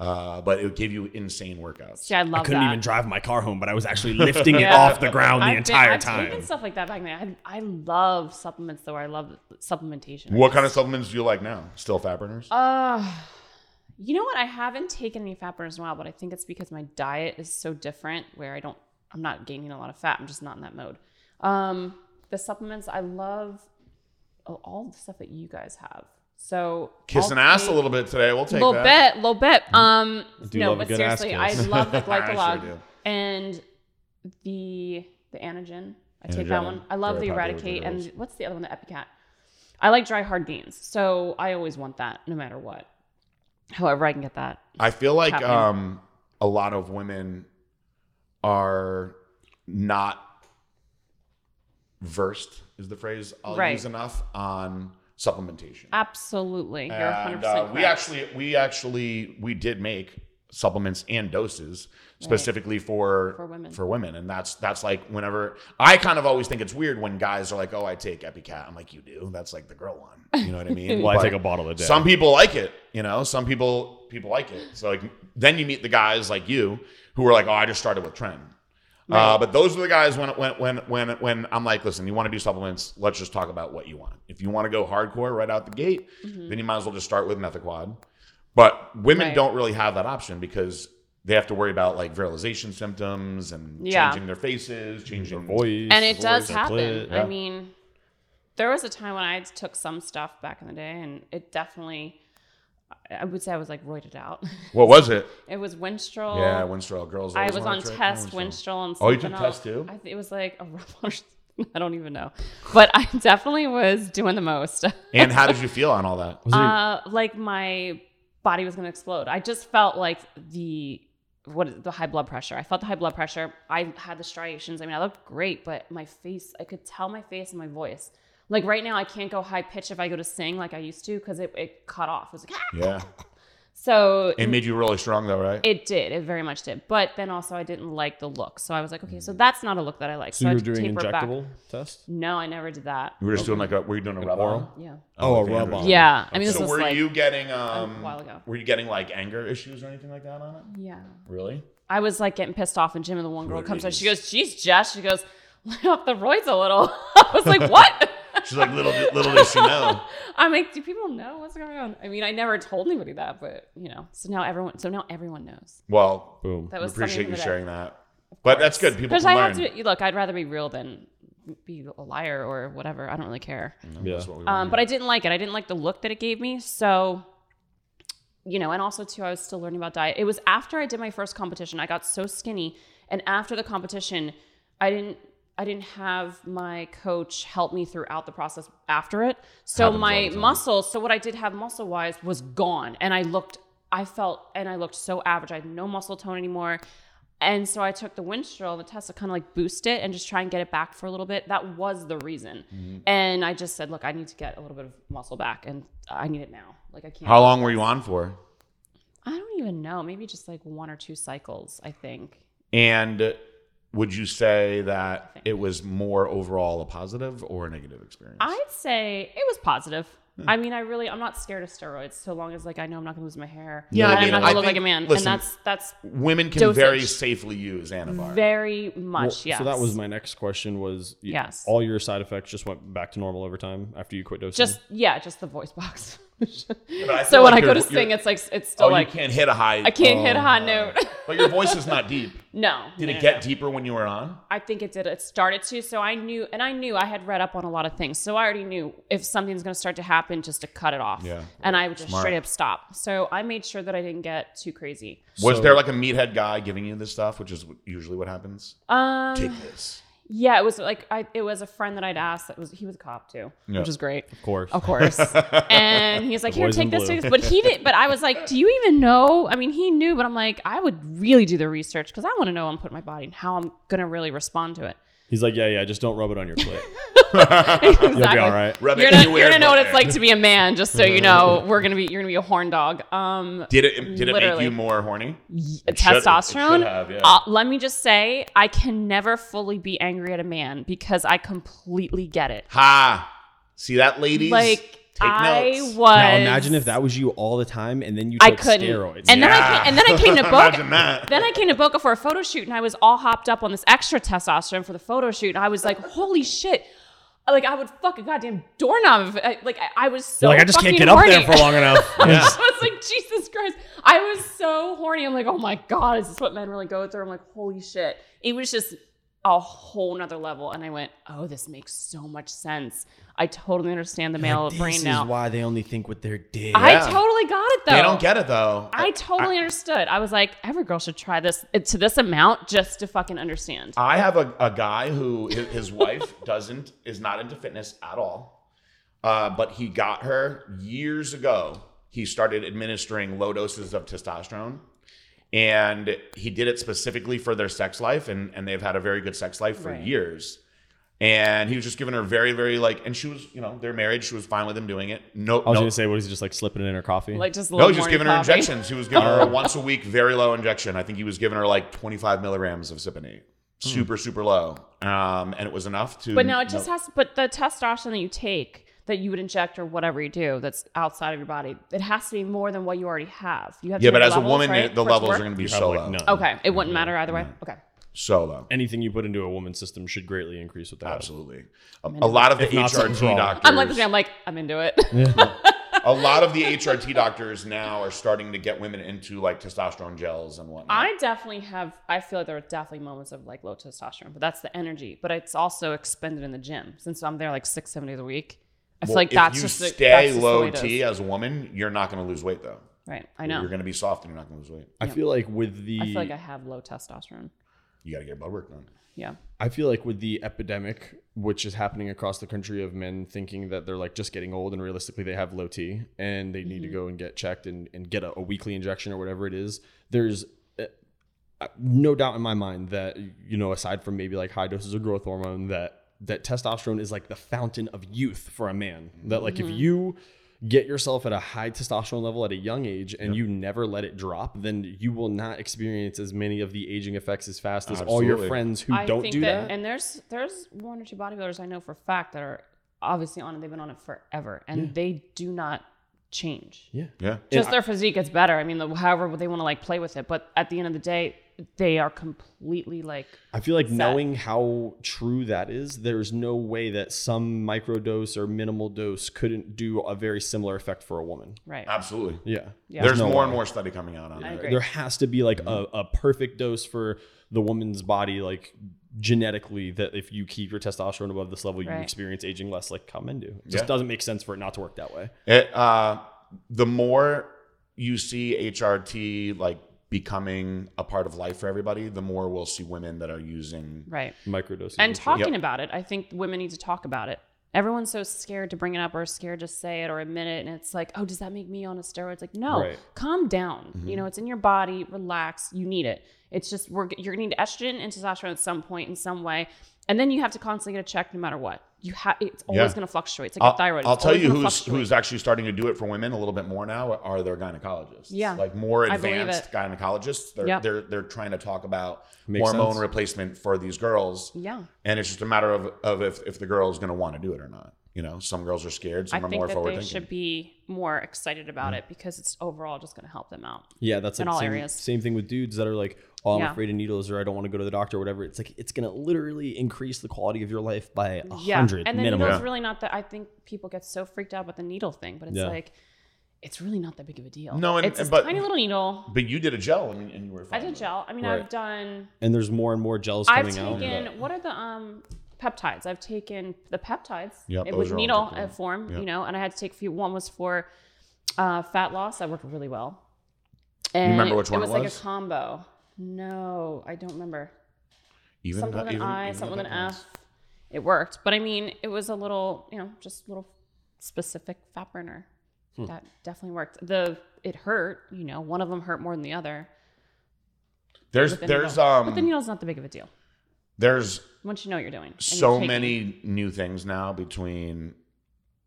S2: Uh, but it would give you insane workouts.
S3: Yeah, I love
S1: I couldn't
S3: that.
S1: even drive my car home, but I was actually lifting it
S3: Yeah.
S1: off the ground the
S3: I've been-
S1: entire
S3: I've
S1: time.
S3: taken stuff like that back then. I, I love supplements though. I love supplementation.
S2: What kind of supplements do you like now? Still fat burners?
S3: Uh, you know what? I haven't taken any fat burners in a while, but I think it's because my diet is so different where I don't, I'm not gaining a lot of fat. I'm just not in that mode. Um, the supplements. I love oh, all the stuff that you guys have. So
S2: Kissing
S3: I'll
S2: ass
S3: take-
S2: a little bit today. We'll take
S3: little
S2: that.
S3: bit, little bit. Um,
S1: do
S3: no,
S1: love a
S3: but
S1: good ass
S3: seriously, I
S1: kiss.
S3: love the
S2: I sure
S3: glycolog
S2: do.
S3: and the the antigen. I take that
S2: Anagen,
S3: one. I love
S2: very
S3: the
S2: popular
S3: eradicate
S2: with the
S3: and what's the other one? The Epicat. I like dry hard beans, so I always want that no matter what. However, I can get that.
S2: I feel like
S3: happening.
S2: um, a lot of women are not versed, is the phrase I'll
S3: Right.
S2: use enough on supplementation.
S3: Absolutely, you're 100
S2: And
S3: percent
S2: uh, we actually, we actually, we did make supplements and doses specifically for
S3: For women.
S2: for women, and that's that's like whenever I kind of always think it's weird when guys are like, "Oh, I take Epicat." I'm like, "You do?" That's like the girl one. You know what I mean?
S1: Well, I
S2: But-
S1: take a bottle a day.
S2: some people like it, you know. Some people people like it. So like then you meet the guys like you who are like, oh, I just started with trend. Uh, but those are the guys when when when when when I'm like, listen, you want to do supplements? Let's just talk about what you want. If you want to go hardcore right out the gate, then you might as well just start with methaquad. But women
S3: Mm-hmm. Right.
S2: don't really have that option because they have to worry about like virilization symptoms and
S3: Yeah.
S2: changing their faces, changing their
S1: voice,
S3: and it does
S1: voice, that's
S3: happen.
S1: it.
S3: I
S1: Yeah.
S3: mean, there was a time when I took some stuff back in the day, and it definitely, I- I would say I was like roided out.
S2: What was it?
S3: it was Winstrol.
S2: Yeah, Winstrol girls.
S3: Oh. I
S2: always
S3: was
S2: wanna
S3: on
S2: try-
S3: test
S2: Winstrol.
S3: Winstrol and
S2: Oh, you
S3: something
S2: took
S3: else.
S2: test too?
S3: I, th- it was like a rub on. I don't even know, but I definitely was doing the most.
S2: And how did you feel on all that?
S1: Was it-
S3: uh, like my body was going to explode. I just felt like the what is- the high blood pressure. I felt the high blood pressure. I had the striations. I mean, I looked great, but my face, I could tell my face and my voice. Like right now, I can't go high pitch if I go to sing like I used to because it, it cut off. It was like, ah!
S2: Yeah.
S3: so
S2: It made you really strong though, right?
S3: it did. It very much did. But then also, I didn't like the look. So I was like, okay,
S2: Mm.
S3: so that's not a look that I like.
S1: so
S3: I
S1: you were
S3: had to
S1: doing
S3: taper it back.
S1: injectable test?
S3: No, I never did that.
S2: we were just doing like a were you doing a rub
S1: oral?
S2: on?
S3: Yeah.
S1: Oh, a
S2: okay.
S1: rub on.
S3: Yeah. I mean, this
S2: so
S3: was
S2: were
S3: like
S2: you getting um
S3: while ago.
S2: Were you getting like anger issues or anything like that on it?
S3: yeah.
S2: Really?
S3: I was like getting pissed off, and Jim and the one girl
S2: What
S3: comes
S2: it
S3: up. She goes, "Geez, Jess." She goes, "Lay off the roids a little." I was like, "What?"
S2: She's like little did- little did she know.
S3: I'm like, "Do people know what's going on?" I mean, I never told anybody that, but you know, so now everyone, so now everyone knows.
S2: Well,
S1: Boom.
S3: That
S2: we
S3: was
S2: appreciate
S3: something
S2: you
S3: that I-
S2: sharing that. But that's good. People
S3: Because
S2: can
S3: I
S2: learn.
S3: have to look. I'd rather be real than be a liar or whatever. I don't really care.
S1: Yeah.
S2: That's what we
S3: Um,
S2: want.
S3: but I didn't like it. I didn't like the look that it gave me. So, you know, and also too, I was still learning about diet. It was after I did my first competition. I got so skinny, and after the competition, I didn't. I didn't have my coach help me throughout the process after it. So
S2: Happens all
S3: my
S2: the time.
S3: muscle, so what I did have muscle wise was gone. And I looked, I felt, and I looked so average. I had no muscle tone anymore. And so I took the Winstrol, the test to kind of like boost it and just try and get it back for a little bit. That was the reason.
S2: Mm-hmm.
S3: And I just said, look, I need to get a little bit of muscle back and I need it now. Like I can't.
S2: How long were you on for?
S3: I don't even know. Maybe just like one or two cycles, I think.
S2: And would you say that it was more overall a positive or a negative experience?
S3: I'd say it was positive.
S2: Hmm.
S3: I mean, I really, I'm not scared of steroids so long as like I know I'm not gonna lose my hair.
S2: Yeah, I
S3: and I
S2: mean,
S3: am
S2: I
S3: not gonna look
S2: think-
S3: like a man.
S2: listen,
S3: and that's that's
S2: Women can
S3: Dosage.
S2: very safely use Anavar.
S3: very much
S1: Well,
S3: yes.
S1: So that was my next question was y-
S3: Yes.
S1: all your side effects just went back to normal over time after you quit dosing?
S3: just yeah, just the voice box.
S2: But I
S3: so
S2: feel
S3: when
S2: like
S3: I go to
S2: you're-
S3: sing,
S2: you're-
S3: it's like it's
S2: oh,
S3: still like
S2: you can't hit a high.
S3: I can't hit a
S2: oh,
S3: high
S2: no.
S3: note.
S2: But your voice is not deep.
S3: no.
S2: Did
S3: no,
S2: it
S3: no,
S2: get
S3: no.
S2: deeper when you were on?
S3: I think it did. It started to. So I knew, and I knew I had read up on a lot of things. So I already knew if something's going to start to happen, just to cut it off.
S2: Yeah.
S3: And I would just
S2: Smart.
S3: straight up stop. So I made sure that I didn't get too crazy.
S2: Was
S1: So-
S2: there like a meathead guy giving you this stuff, which is usually what happens?
S3: Um,
S2: Take this.
S3: Yeah, it was like I, it was a friend that I'd asked. That was he was a cop too,
S2: Yeah.
S3: which is great,
S1: of course.
S3: of course. and he's like,
S1: The
S3: "Here,
S1: boys in
S3: take this,
S1: blue."
S3: take this." But he did. But I was like, "Do you even know?" I mean, he knew, but I'm like, I would really do the research because I want to know I'm putting my body and how I'm gonna really respond to it.
S1: He's like, yeah, yeah, just don't rub it on your plate.
S3: exactly.
S1: You'll be all right.
S2: Rub
S3: You're
S2: it
S3: gonna,
S2: anywhere
S3: you're gonna know
S2: but
S3: what it's
S2: there.
S3: like to be a man, just so you know. We're gonna be you're gonna be a horn dog. Um,
S2: Did it did it make
S3: Literally.
S2: you more horny? should- it
S3: testosterone.
S2: should have, yeah.
S3: uh, let me just say, I can never fully be angry at a man because I completely get it.
S2: Ha. See that ladies?
S3: Like
S2: Take
S3: I
S2: notes.
S3: was.
S4: Now imagine if that was you all the time, and then you
S3: I
S4: took
S3: couldn't.
S4: steroids.
S3: And then I
S2: Yeah.
S3: came, and then I came to
S2: Imagine
S3: Boca.
S2: that.
S3: Then I came to Boca for a photo shoot, and I was all hopped up on this extra testosterone for the photo shoot, and I was like, "Holy shit!" Like I would fuck a goddamn doorknob. if- I- Like I, I was so.
S4: You're like I just can't
S3: fucking
S4: get up there for
S3: horny."
S4: long enough.
S2: Yeah.
S3: I was like, Jesus Christ. I was so horny. I'm like, oh my God, is this what men really go through? I'm like, holy shit. It was just a whole nother level. And I went, oh, this makes so much sense. I totally understand the male
S4: this
S3: brain
S4: is
S3: now.
S4: why they only think with their dick.
S3: I
S2: Yeah.
S3: totally got it though.
S2: They don't get it though.
S3: I totally understood. I was like, every girl should try this uh, to this amount just to fucking understand.
S2: I have a, a guy who his, his wife doesn't is not into fitness at all, uh, but he got her years ago. He started administering low doses of testosterone, and he did it specifically for their sex life, and and they've had a very good sex life for
S3: Right.
S2: years. And he was just giving her very, very like, and she was, you know, their marriage. She was fine with him doing it. No,
S1: I was
S2: no,
S1: gonna say, what is he just like slipping it in her coffee?
S3: Like just a
S2: no, he
S3: little
S2: was just
S3: morning
S2: giving her
S3: coffee.
S2: injections. He was giving her a once a week, very low injection. I think he was giving her like 25 milligrams of Siponate,
S1: Hmm.
S2: super, super low. Um, and it was enough to.
S3: But no, it just has. But the testosterone that you take, that you would inject or whatever you do, that's outside of your body, it has to be more than what you already have. You have.
S2: Yeah,
S3: to
S2: but
S3: have
S2: as
S3: levels,
S2: a woman,
S3: right,
S2: the
S3: for it to
S2: levels are Mm-hmm.
S3: work?
S2: going to be
S1: You
S2: so
S1: have, like,
S2: low.
S1: none.
S3: Okay, it wouldn't matter either way. Okay,
S2: So low.
S1: Anything you put into a woman's system should greatly increase with that.
S2: Absolutely. A, a lot of the
S1: If not,
S2: HRT
S1: something's wrong.
S2: doctors.
S3: I'm like this. I'm like I'm into it.
S2: a lot of the HRT doctors now are starting to get women into like testosterone gels and whatnot.
S3: I definitely have. I feel like there are definitely moments of like low testosterone, but that's the energy. But it's also expended in the gym since I'm there like six, seven days a week. I feel
S2: Well,
S3: like that's
S2: if you
S3: just the-
S2: stay
S3: that's just the way
S2: low
S3: it is.
S2: T as a woman, you're not going to lose weight though.
S3: Right, I know.
S2: You're going to be soft and you're not going to lose weight.
S1: I feel like with the
S3: I feel like I have low testosterone.
S2: You got to get blood work done.
S3: Yeah.
S1: I feel like with the epidemic, which is happening across the country of men thinking that they're like just getting old and realistically they have low T and they need to go and get checked and, and get a, a weekly injection or whatever it is, there's uh, uh, no doubt in my mind that, you know, aside from maybe like high doses of growth hormone, that that testosterone is like the fountain of youth for a man. That like if you get yourself at a high testosterone level at a young age and you never let it drop, then you will not experience as many of the aging effects as fast as all your
S2: Absolutely.
S1: friends who
S3: I
S1: don't
S3: think
S1: do that.
S3: And there's there's one or two bodybuilders I know for a fact that are obviously on it. They've been on it forever, and they do not change.
S1: Yeah.
S2: Yeah.
S3: Just their physique gets better. I mean, the, however they want to like play with it, but at the end of the day, they are completely like
S1: I feel like
S3: set.
S1: knowing how true that is, there's no way that some microdose or minimal dose couldn't do a very similar effect for a woman.
S3: right.
S2: Absolutely.
S1: Yeah.
S3: Yeah.
S2: There's
S1: no
S2: more
S1: way.
S2: and more Mm-hmm. study coming out on
S3: I
S2: it.
S3: agree.
S1: There has to be like a, a perfect dose for the woman's body, like genetically, that if you keep your testosterone above this level,
S3: Right.
S1: you experience aging less like how men do. It
S2: Yeah.
S1: just doesn't make sense for it not to work that way.
S2: It, uh, the more you see HRT like becoming a part of life for everybody, the more we'll see women that are using.
S3: Right.
S1: Microdose.
S3: And talking about it, I think women need to talk about it. Everyone's so scared to bring it up or scared to say it or admit it. And it's like, oh, does that make me on a steroid? It's like, no,
S1: Right.
S3: calm down.
S2: Mm-hmm.
S3: You know, it's in your body. Relax. You need it. It's just, we're, you're going to need estrogen and testosterone at some point in some way. And then you have to constantly get a check no matter what. You have, it's always
S2: Yeah.
S3: going to fluctuate. It's like
S2: I'll,
S3: a thyroid.
S2: I'll
S3: It's
S2: tell
S3: always
S2: you
S3: gonna
S2: who's
S3: fluctuate.
S2: who's actually starting to do it for women a little bit more now are their gynecologists.
S3: Yeah.
S2: like more
S3: I believe
S2: advanced
S3: it.
S2: gynecologists. They're
S3: Yeah.
S2: they're they're trying to talk about
S1: Makes
S2: hormone
S1: sense.
S2: replacement for these girls.
S3: Yeah.
S2: and it's just a matter of of if if the girl is going to want to do it or not. You know, some girls are scared.
S3: I
S2: Some are
S3: think
S2: more Mm-hmm.
S3: that
S2: forward
S3: they
S2: thinking.
S3: should be more excited about it because it's overall just going to help them out.
S1: Yeah, that's
S3: in
S1: like
S3: all
S1: same,
S3: areas.
S1: same thing with dudes that are like, oh, I'm
S3: Yeah.
S1: afraid of needles or I don't want to go to the doctor or whatever. It's like it's gonna literally increase the quality of your life by a hundred
S3: and the
S1: minimum.
S3: needle's really not that. I think people get so freaked out about the needle thing, but it's
S1: Yeah.
S3: like it's really not that big of a deal.
S2: No, and-
S3: it's
S2: and-
S3: a
S2: but-
S3: tiny little needle.
S2: But you did a gel and, and you were.
S3: I
S2: fine
S3: did
S2: with it.
S3: gel. I mean, I've
S1: Right.
S3: done.
S1: And there's more and more gels
S3: I've
S1: coming out.
S3: taken what are the um peptides? I've taken the peptides.
S2: Yep,
S3: it
S2: those
S3: was
S2: are all
S3: needle
S2: taken.
S3: uh, form,
S2: Yep.
S3: you know, and I had to take a few. One was for uh, fat loss. That worked really well. And
S2: remember which one it
S3: it was? like
S2: was?
S3: a combo. No, I don't remember.
S2: Even
S3: something
S2: the-
S3: with an
S2: even-
S3: I,
S2: even
S3: something
S2: the
S3: with an
S2: bad ones.
S3: F. It worked, but I mean, it was a little, you know, just a little specific fat burner
S2: Hmm.
S3: that definitely worked. The it hurt, you know, one of them hurt more than the other.
S2: There's
S3: with the
S2: there's
S3: needle.
S2: um
S3: but the needle's not that big of a deal
S2: there's
S3: once you know what you're doing. and you're
S2: so
S3: taking-
S2: many new things now between.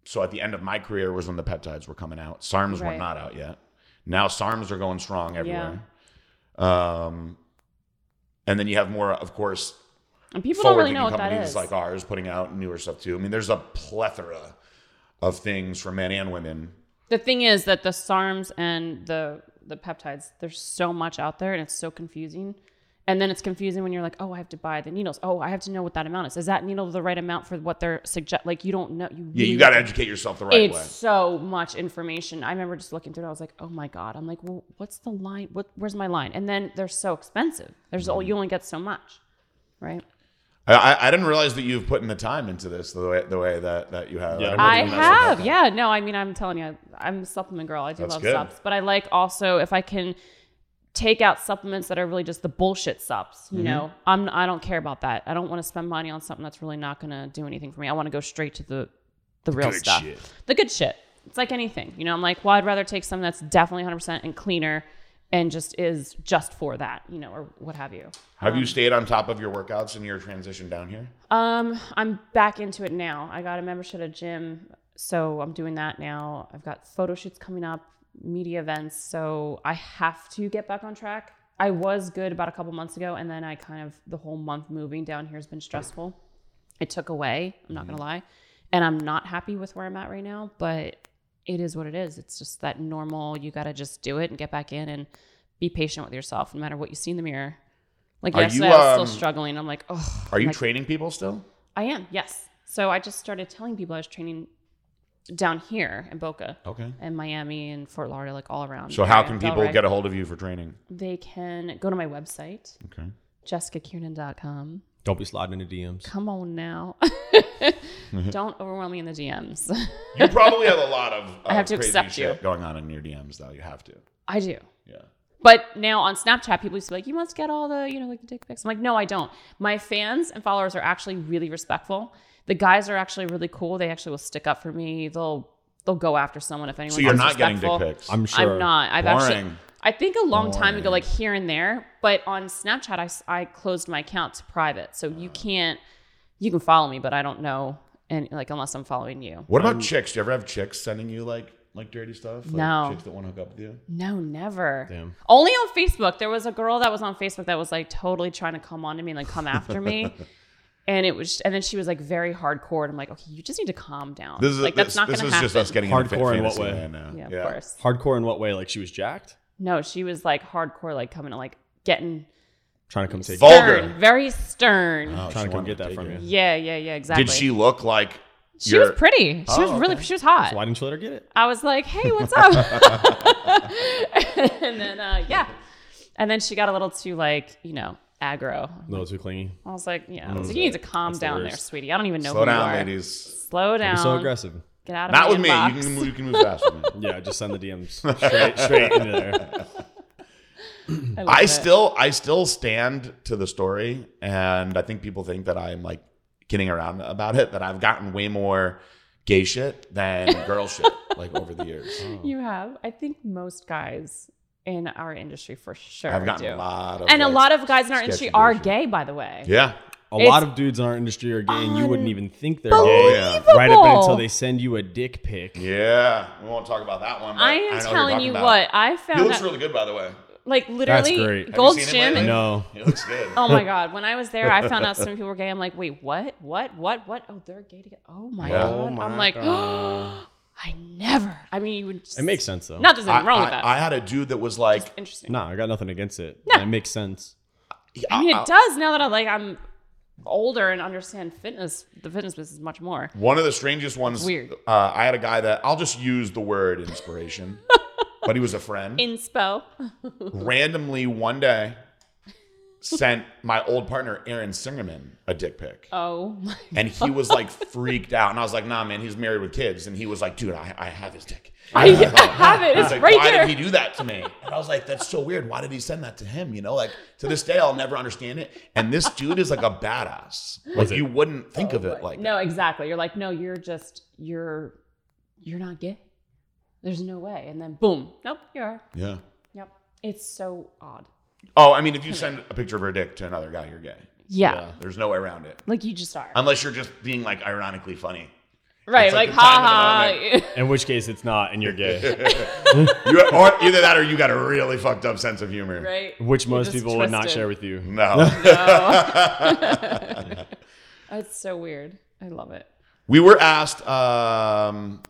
S2: So at the end of my career was when the peptides were coming out. SARMs were
S3: Right.
S2: not out yet. Now SARMs are going strong everywhere. Um, and then you have more, of course,
S3: and people don't
S2: forward-thinking
S3: really know what that
S2: companies
S3: is.
S2: like uh, ours putting out newer stuff too. I mean, there's a plethora of things for men and women.
S3: the thing is that the SARMs and the the peptides, there's so much out there, and it's so confusing. And then it's confusing when you're like, oh, I have to buy the needles. Oh, I have to know what that amount is. Is that needle the right amount for what they're suggest? Like you don't know. You
S2: Yeah,
S3: really
S2: you got to
S3: don't
S2: educate yourself the right
S3: it's
S2: way.
S3: so much information. I remember just looking through it. I was like, oh my god. I'm like, well, what's the
S2: Mm-hmm.
S3: line? What? Where's my line? And then they're so expensive. There's all you only get so much, right?
S2: I, I- I didn't realize that you've put in the time into this the way the way that, that you have.
S1: Yeah.
S2: didn't
S3: I
S2: really realize that.
S3: have, yeah. No, I mean, I'm telling you, I'm a supplement girl. I do
S2: That's
S3: love
S2: good.
S3: subs, but I like also if I can take out supplements that are really just the bullshit subs.
S2: Mm-hmm.
S3: You know, I'm I don't care about that. I don't want to spend money on something that's really not going to do anything for me. I want to go straight to the the, real
S2: good
S3: stuff,
S2: shit.
S3: the good shit. It's like anything, you know. I'm like, well, I'd rather take something that's definitely 100% and cleaner, and just is just for that, you know, or what have you.
S2: Have you stayed on top of your workouts in your transition down here?
S3: Um, I'm back into it now. I got a membership at a gym, so I'm doing that now. I've got photo shoots coming up, media events, so I have to get back on track. I was good about a couple months ago, and then I kind of the whole month moving down here has been stressful. It took away. I'm not gonna
S2: Mm-hmm.
S3: lie, and I'm not happy with where I'm at right now. But it is what it is. It's just that normal. You gotta just do it and get back in and be patient with yourself, no matter what you see in the mirror. Like
S2: Are
S3: yesterday,
S2: you,
S3: I was
S2: um,
S3: still struggling. I'm like, oh,
S2: Are you
S3: Like-
S2: training people still?
S3: I am, yes. So I just started telling people I was training down here in Boca
S2: Okay.
S3: and Miami and Fort Lauderdale, like all around.
S2: Oh. So how
S3: Del
S2: can people
S3: Rey.
S2: get a hold of you for training?
S3: They can go to my website,
S2: Okay.
S3: jessicakiernan.com.
S1: Don't be sliding into DMs.
S3: Come on now.
S2: Mm-hmm.
S3: Don't overwhelm me in the DMs.
S2: You probably have a lot of uh,
S3: I have to
S2: crazy
S3: accept you.
S2: shit going on in your DMs though. You have to.
S3: I do.
S2: Yeah.
S3: But now on Snapchat, people used to be like, "You must get all the, you know, like the dick pics." I'm like, "No, I don't." My fans and followers are actually really respectful. The guys are actually really cool. They actually will stick up for me. They'll they'll go after someone if anyone.
S2: So you're not getting dick pics.
S1: I'm sure.
S3: I'm not. I've actually.
S2: Boring.
S3: I think a long time ago,
S2: Boring.
S3: like here and there, but on Snapchat, I, s- I closed my account to private, so you can't. You can follow me, but I don't know, and like unless I'm following you.
S2: What about chicks? Do you ever have chicks sending you like like dirty stuff? Like
S3: No.
S2: Chicks that want to hook up with you?
S3: No, never.
S1: Damn.
S3: Only on Facebook. There was a girl that was on Facebook that was like totally trying to come on to me and like come after me. And it was, and then she was like very hardcore. And I'm like, okay, you just need to calm down.
S2: This is
S3: like
S2: this, this is just us getting into
S1: Hardcore in what
S2: fantasy
S1: way?
S2: land now.
S3: yeah, of course.
S1: Hardcore in what way? Like she was jacked,
S3: No, she was like hardcore, like coming to like getting
S1: trying to come take.
S2: Fuck. Vulgar.
S3: stern, very stern.
S2: Oh,
S1: Trying
S2: she
S1: to come
S2: wanted
S1: get that
S2: take
S1: from
S2: it.
S1: you.
S3: Yeah, yeah, yeah, exactly.
S2: Did she look like
S3: She was pretty. She was
S2: Oh,
S3: really.
S2: okay.
S3: She was hot.
S1: Why didn't you let her get it?
S3: I was like, "Hey, what's up?" and then, uh, yeah, and then she got a little too like, you know, aggro.
S1: A little too clingy.
S3: I was like, yeah.
S2: Mm.
S3: I was like, you need to calm
S1: That's the
S3: down
S1: worst.
S3: there, sweetie. I don't even know
S2: Slow
S3: who
S2: down,
S3: you are.
S2: ladies.
S3: Slow down.
S1: You're so aggressive.
S3: Get out of
S2: Not
S3: my
S2: with me. You
S3: inbox.
S2: can, move- you can move fast with me.
S1: Yeah, just send the DMs straight, straight into there.
S3: I, love
S2: I
S3: it.
S2: still I still stand to the story, and I think people think that I'm like kidding around about it. That I've gotten way more gay shit than girl shit like over the years.
S3: You have. I think most guys in our industry for sure.
S2: I've gotten
S3: do.
S2: a lot of
S3: and a
S2: like,
S3: lot of guys in our
S2: sketchy
S3: industry are
S2: gay shit.
S3: gay, by the way.
S2: Yeah,
S1: A
S3: It's
S1: lot of dudes in our industry are gay, and you wouldn't even think they're
S2: Oh,
S1: gay
S2: yeah,
S1: right up
S3: Unbelievable.
S1: until they send you a dick pic.
S2: yeah. We won't talk about that one. but
S3: I
S2: know
S3: am
S2: who you're
S3: telling
S2: talking
S3: you
S2: about.
S3: what I
S2: He
S3: found.
S2: looks
S3: Out,
S2: really good, by the way.
S3: like literally,
S1: great. Have you
S3: Gold's
S2: seen him
S3: Gym.
S2: lately?
S3: and-
S1: No,
S2: He looks good.
S3: Oh my god! When I was there, I found out some people were gay. I'm like, wait, what? What? What? What? Oh, they're gay together. Oh my
S2: Yeah.
S3: god!
S1: Oh my
S3: I'm like,
S1: God.
S3: I never. I mean, you would. Just,
S1: it makes sense though.
S3: Not that there's
S2: I,
S3: anything wrong with
S2: I-
S3: that.
S2: I had a dude that was like,
S3: Interesting.
S1: Nah, I got nothing against it.
S3: No.
S1: It makes sense.
S3: I mean,
S2: I-
S3: it does now that I like I'm older and understand fitness, the fitness business much more.
S2: One of the strangest ones.
S3: Weird.
S2: Uh, I had a guy that I'll just use the word inspiration, but he was a friend.
S3: Inspo.
S2: Randomly one day, sent my old partner Aaron Singerman a dick pic,
S3: Oh my.
S2: and he was like freaked out. And I was like, Nah, man, he's married with kids. And he was like, Dude, I, I have his dick.
S3: I have it.
S2: He's
S3: It's
S2: like,
S3: right
S2: why
S3: there.
S2: did he do that to me? And I was like, that's so weird. Why did he send that to him? You know, like to this day, I'll never understand it. And this dude is like a badass. Like you wouldn't think of it like
S3: Oh no, exactly. You're like, no, you're just you're you're not gay. There's no way. And then boom. Nope, you are.
S2: Yeah.
S3: Yep. It's so odd.
S2: Oh, I mean, if you send a picture of her dick to another guy, you're gay.
S3: Yeah.
S2: There's no way around it.
S3: Like you just are.
S2: Unless you're just being like ironically funny.
S3: right.
S2: it's like
S3: Like,
S2: the time
S3: ha
S2: of
S3: ha.
S1: In which case, it's not, and you're gay,
S2: You, or either that or you got a really fucked up sense of humor.
S3: right.
S1: which most
S3: just
S1: people would not
S3: twisted.
S1: share with you.
S2: No.
S3: It's so weird. I love it.
S2: we were asked um,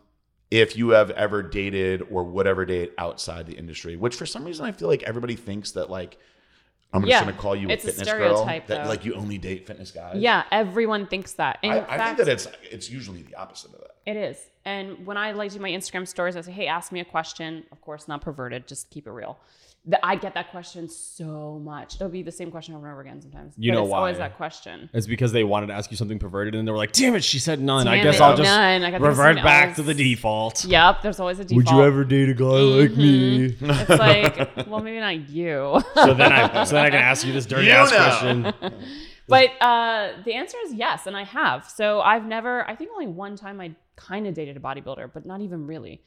S2: if you have ever dated or would ever date outside the industry, which for some reason I feel like everybody thinks that like, I'm just
S3: Yeah.
S2: going to call you
S3: It's
S2: a
S3: a
S2: fitness girl.
S3: stereotype,
S2: That
S3: though.
S2: like you only date fitness guys.
S3: Yeah, everyone thinks that. In
S2: I, I
S3: fact,
S2: think that it's it's usually the opposite of that.
S3: It is. And when I like do my Instagram stories, I say, "Hey, ask me a question." Of course, not perverted. Just keep it real. That I get that question so much. It'll be the same question over and over again sometimes.
S1: You
S3: but
S1: know
S3: it's always
S1: why.
S3: that question.
S1: It's because they wanted to ask you something perverted, and they were like, "Damn it, she said none. I
S3: Damn
S1: guess
S3: it,
S1: I'll just
S3: none. I gotta do
S1: revert
S3: something
S1: back
S3: else."
S1: to the default."
S3: Yep, there's always a default. Mm-hmm.
S1: date a guy like me?
S3: It's like, well, maybe not you.
S1: So then I so then I can ask you this dirty
S2: You
S1: ass
S2: know.
S1: question.
S3: But uh, the answer is yes, and I have. So I've never. I think only one time I kind of dated a bodybuilder, but not even really.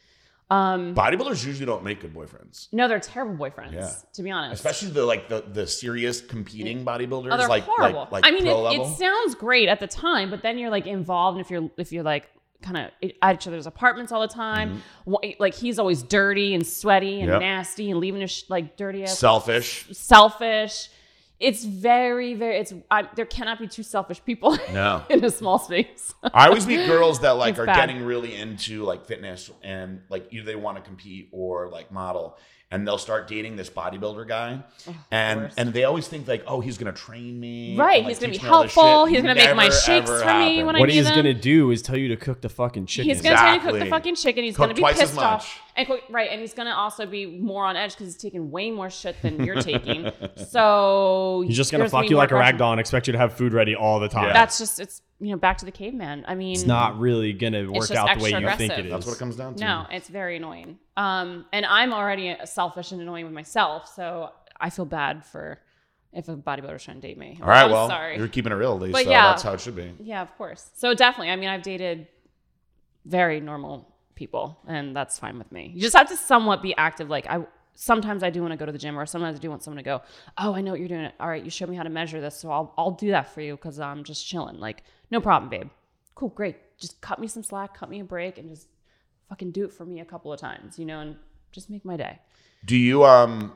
S3: Um,
S2: Bodybuilders usually don't make good boyfriends,
S3: no, they're terrible boyfriends.
S2: Yeah.
S3: To be honest,
S2: especially the like the the serious competing bodybuilders,
S3: Oh, they're
S2: like, like
S3: horrible.
S2: like
S3: I mean,
S2: pro
S3: it,
S2: level.
S3: it sounds great at the time, but then you're like involved, and if you're if you're like kind of at each other's apartments all the time, wha- like he's always dirty and sweaty and
S2: Mm-hmm. Yep.
S3: nasty and leaving his sh- like dirty ass
S2: Selfish.
S3: selfish. It's very very. It's I, there cannot be two selfish people
S2: No.
S3: in a small space.
S2: I always meet girls that like
S3: It's
S2: are
S3: bad.
S2: getting really into like fitness and like either they want to compete or like model and they'll start dating this bodybuilder guy and
S3: worst.
S2: and they always think like oh he's gonna train me and,
S3: Right,
S2: like,
S3: he's gonna be
S2: teach me all this shit.
S3: helpful, he's gonna make my
S2: Never,
S3: shakes
S2: ever
S3: for me
S2: happened.
S3: when I
S1: What
S3: need
S1: he's
S3: them.
S1: gonna do is tell you to cook the fucking chicken.
S3: He's gonna try to cook the
S2: Exactly.
S3: fucking chicken. He's
S2: Cook
S3: gonna be
S2: twice as
S3: pissed
S2: much.
S3: off, and quick, right, and he's gonna also be more on edge because he's taking way more shit than you're taking. So
S1: He's just gonna
S3: there's
S1: fuck
S3: me
S1: you
S3: more
S1: like a rag
S3: pressure.
S1: doll and expect you to have food ready all the time.
S2: Yeah.
S3: That's just it's you know back to the caveman. I mean,
S1: it's not really gonna work
S3: just
S1: out the way you
S3: extra
S1: think it
S3: aggressive.
S1: is.
S2: that's what it comes down to
S3: No, it's very annoying. Um, and I'm already selfish and annoying with myself, so I feel bad for if a bodybuilder's trying to date me.
S2: all right
S3: I'm
S2: well
S3: sorry.
S2: you're keeping it real Lee,
S3: But
S2: so
S3: yeah.
S2: that's how it should be
S3: Yeah, of course. So definitely, I mean, I've dated very normal people, and that's fine with me. You just have to somewhat be active. Like I sometimes I do want to go to the gym, or sometimes I do want someone to go. Oh, I know what you're doing. All right, you showed me how to measure this, so I'll I'll do that for you because I'm just chilling. Like no problem, babe. Cool, great. Just cut me some slack, cut me a break, and just fucking do it for me a couple of times, you know, and just make my day.
S2: Do you um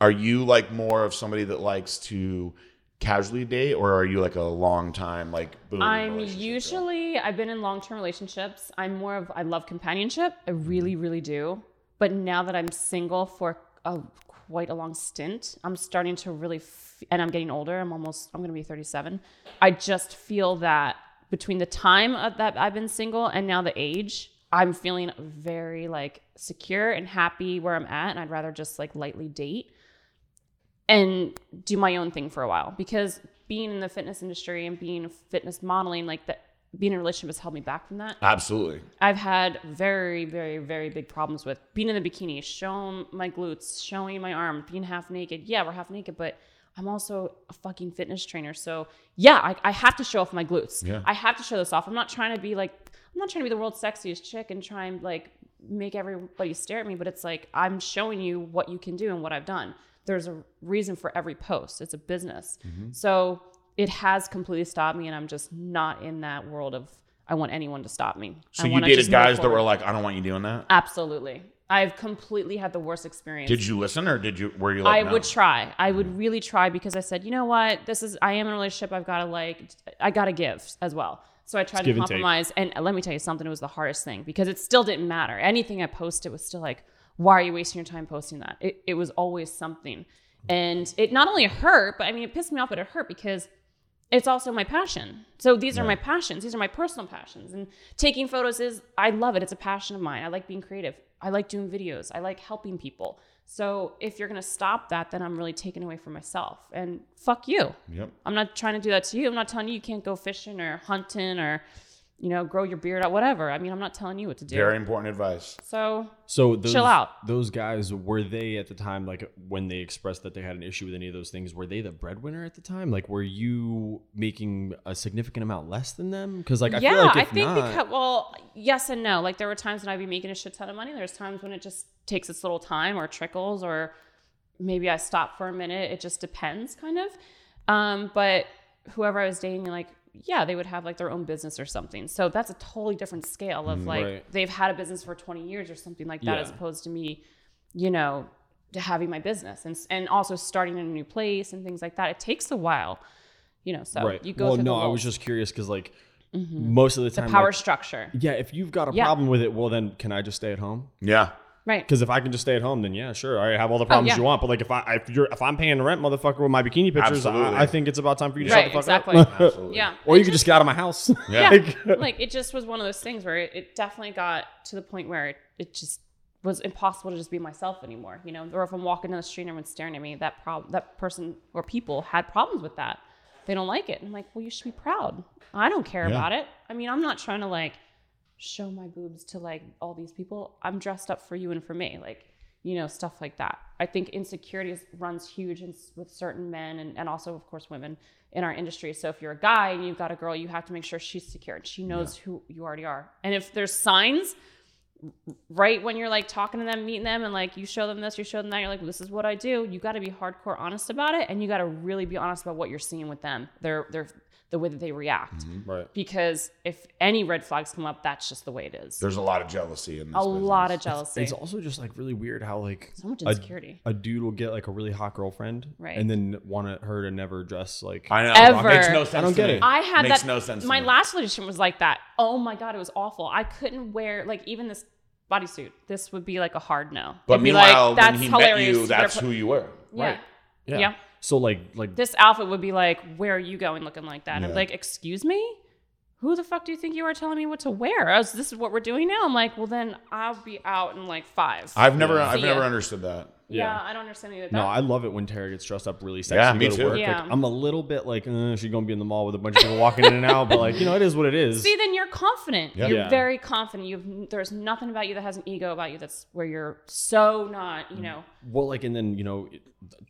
S2: are you like more of somebody that likes to casually date or are you like a long time like boom
S3: I'm
S2: relationship girl?
S3: usually I've been in long term relationships. I'm more of I love companionship. I really, really do. But now that I'm single for a quite a long stint, I'm starting to really f- and I'm getting older. I'm almost I'm gonna be 37. I just feel that between the time of that I've been single and now the age, I'm feeling very like secure and happy where I'm at, and I'd rather just like lightly date and do my own thing for a while because being in the fitness industry and being a fitness modeling like that being in a relationship has held me back from that
S2: Absolutely.
S3: i've had very very very big problems with being in the bikini showing my glutes showing my arm being half naked yeah we're half naked but i'm also a fucking fitness trainer so yeah i, I have to show off my glutes
S2: Yeah.
S3: i have to show this off i'm not trying to be like i'm not trying to be the world's sexiest chick and try and like make everybody stare at me but it's like i'm showing you what you can do and what i've done there's a reason for every post. It's a business. So it has completely stopped me, and I'm just not in that world of I want anyone to stop me.
S2: So
S3: I
S2: you
S3: wanna
S2: dated
S3: just move
S2: guys that were
S3: forward.
S2: like, I don't want you doing that?
S3: absolutely. I've completely had the worst experience.
S2: Did you Mm-hmm. listen or did you were you
S3: I
S2: like no?
S3: would try. I would really try because I said, you know what, this is I am in a relationship. I've got to like, I got to give as well. So I tried to
S1: give and take.
S3: compromise. And, uh, let me tell you something. It was the hardest thing because it still didn't matter. Anything I posted was still like, why are you wasting your time posting that? It, it was always something, and it not only hurt, but I mean, it pissed me off, but it hurt because it's also my passion. So these are my passions. These are my personal passions. And taking photos is, I love it. It's a passion of mine. I like being creative. I like doing videos. I like helping people. So if you're going to stop that, then I'm really taking away from myself. And fuck you.
S2: Yep.
S3: I'm not trying to do that to you. I'm not telling you you can't go fishing or hunting or, you know, grow your beard out, whatever. I mean, I'm not telling you what to do.
S2: Very important advice.
S3: so
S1: So those,
S3: Chill out.
S1: Those guys were they at the time like when they expressed that they had an issue with any of those things? Were they the breadwinner at the time? Like, were you making a significant amount less than them? Because like I
S3: yeah,
S1: feel like
S3: I
S1: if
S3: think
S1: not,
S3: because well, yes and no. Like there were times when I'd be making a shit ton of money. There's times when it just takes its little time or trickles or maybe I stop for a minute. It just depends, kind of. Um, but whoever I was dating, like yeah, they would have like their own business or something. So that's a totally different scale of like
S1: Mm, right.
S3: they've had a business for 20 years or something like that,
S1: Yeah.
S3: as opposed to me, you know, to having my business and and also starting in a new place and things like that. It takes a while, you know. So
S1: right?
S3: you go.
S1: well,
S3: through
S1: no,
S3: the
S1: I was
S3: lulls.
S1: just curious because like most of the time,
S3: power
S1: like,
S3: structure.
S1: yeah, if you've got a
S3: Yeah.
S1: problem with it, well then can I just stay at home?
S2: Yeah.
S3: Right.
S1: Because if I can just stay at home, then yeah, sure, I have all the problems
S3: Oh, yeah.
S1: you want. But like if I if you're if I'm paying rent, motherfucker, with my bikini pictures,
S2: Absolutely.
S1: I, I think it's about time for you to shut
S3: Right,
S1: the fuck
S3: exactly.
S1: up.
S2: Absolutely.
S3: Yeah.
S1: or
S3: It
S1: you could just get out of my house.
S2: Yeah.
S3: Yeah. like it just was one of those things where it, it definitely got to the point where it, it just was impossible to just be myself anymore. You know, or if I'm walking down the street and everyone's staring at me, that problem, that person or people had problems with that. They don't like it. And I'm like, well, you should be proud. I don't care
S2: Yeah.
S3: about it. I mean, I'm not trying to like show my boobs to like all these people. I'm dressed up for you and for me. Like, you know, stuff like that. I think insecurity is, runs huge in, s- with certain men and, and also, of course, women in our industry. So if you're a guy and you've got a girl, you have to make sure she's secure and she knows who you already are. And if there's signs, right when you're like talking to them, meeting them, and like you show them this, you show them that, you're like, this is what I do. You got to be hardcore honest about it, and you got to really be honest about what you're seeing with them. Their their the way that they react,
S1: right.
S3: because if any red flags come up, that's just the way it is.
S2: There's a lot of jealousy in this.
S3: a
S2: business.
S3: lot of jealousy,
S1: It's also just like really weird how like
S3: so much
S1: a-
S3: insecurity.
S1: a dude will get like a really hot girlfriend,
S3: Right.
S1: and then want her to never dress like
S2: I know.
S3: Ever.
S2: Makes no sense.
S1: I don't
S2: to
S1: get
S2: me.
S1: it.
S3: I had
S2: Makes
S3: that.
S2: no sense to
S3: my
S2: me.
S3: last relationship was like that. Oh my god, it was awful. I couldn't wear like even this bodysuit. This would be like a hard no.
S2: But
S3: It'd be
S2: meanwhile,
S3: like, that's
S2: when he met
S3: hilarious.
S2: you,
S3: You
S2: that's
S3: better
S2: who you were.
S3: put- yeah.
S2: Right.
S1: yeah.
S3: yeah.
S1: So like like
S3: This outfit would be like, where are you going looking like that? And I'm
S2: Yeah.
S3: like, excuse me. Who the fuck do you think you are telling me what to wear? I was, this is what we're doing now. I'm like, well, then I'll be out in like five.
S2: I've never,
S1: Yeah.
S2: I've
S3: See
S2: never
S3: ya.
S2: understood that.
S3: yeah,
S1: yeah.
S3: I don't understand any of that.
S1: No, I love it when Tara gets dressed up really sexy.
S2: Yeah,
S1: to
S2: me
S1: go to
S2: too.
S1: work.
S3: Yeah.
S1: Like, I'm a little bit like, uh, she's gonna be in the mall with a bunch of people walking in and out, but like, you know, it is what it is.
S3: See, then you're confident.
S2: Yeah.
S3: You're
S1: Yeah.
S3: very confident. You've there's nothing about you that has an ego about you. That's where you're so not. You know,
S1: well, like, and then you know,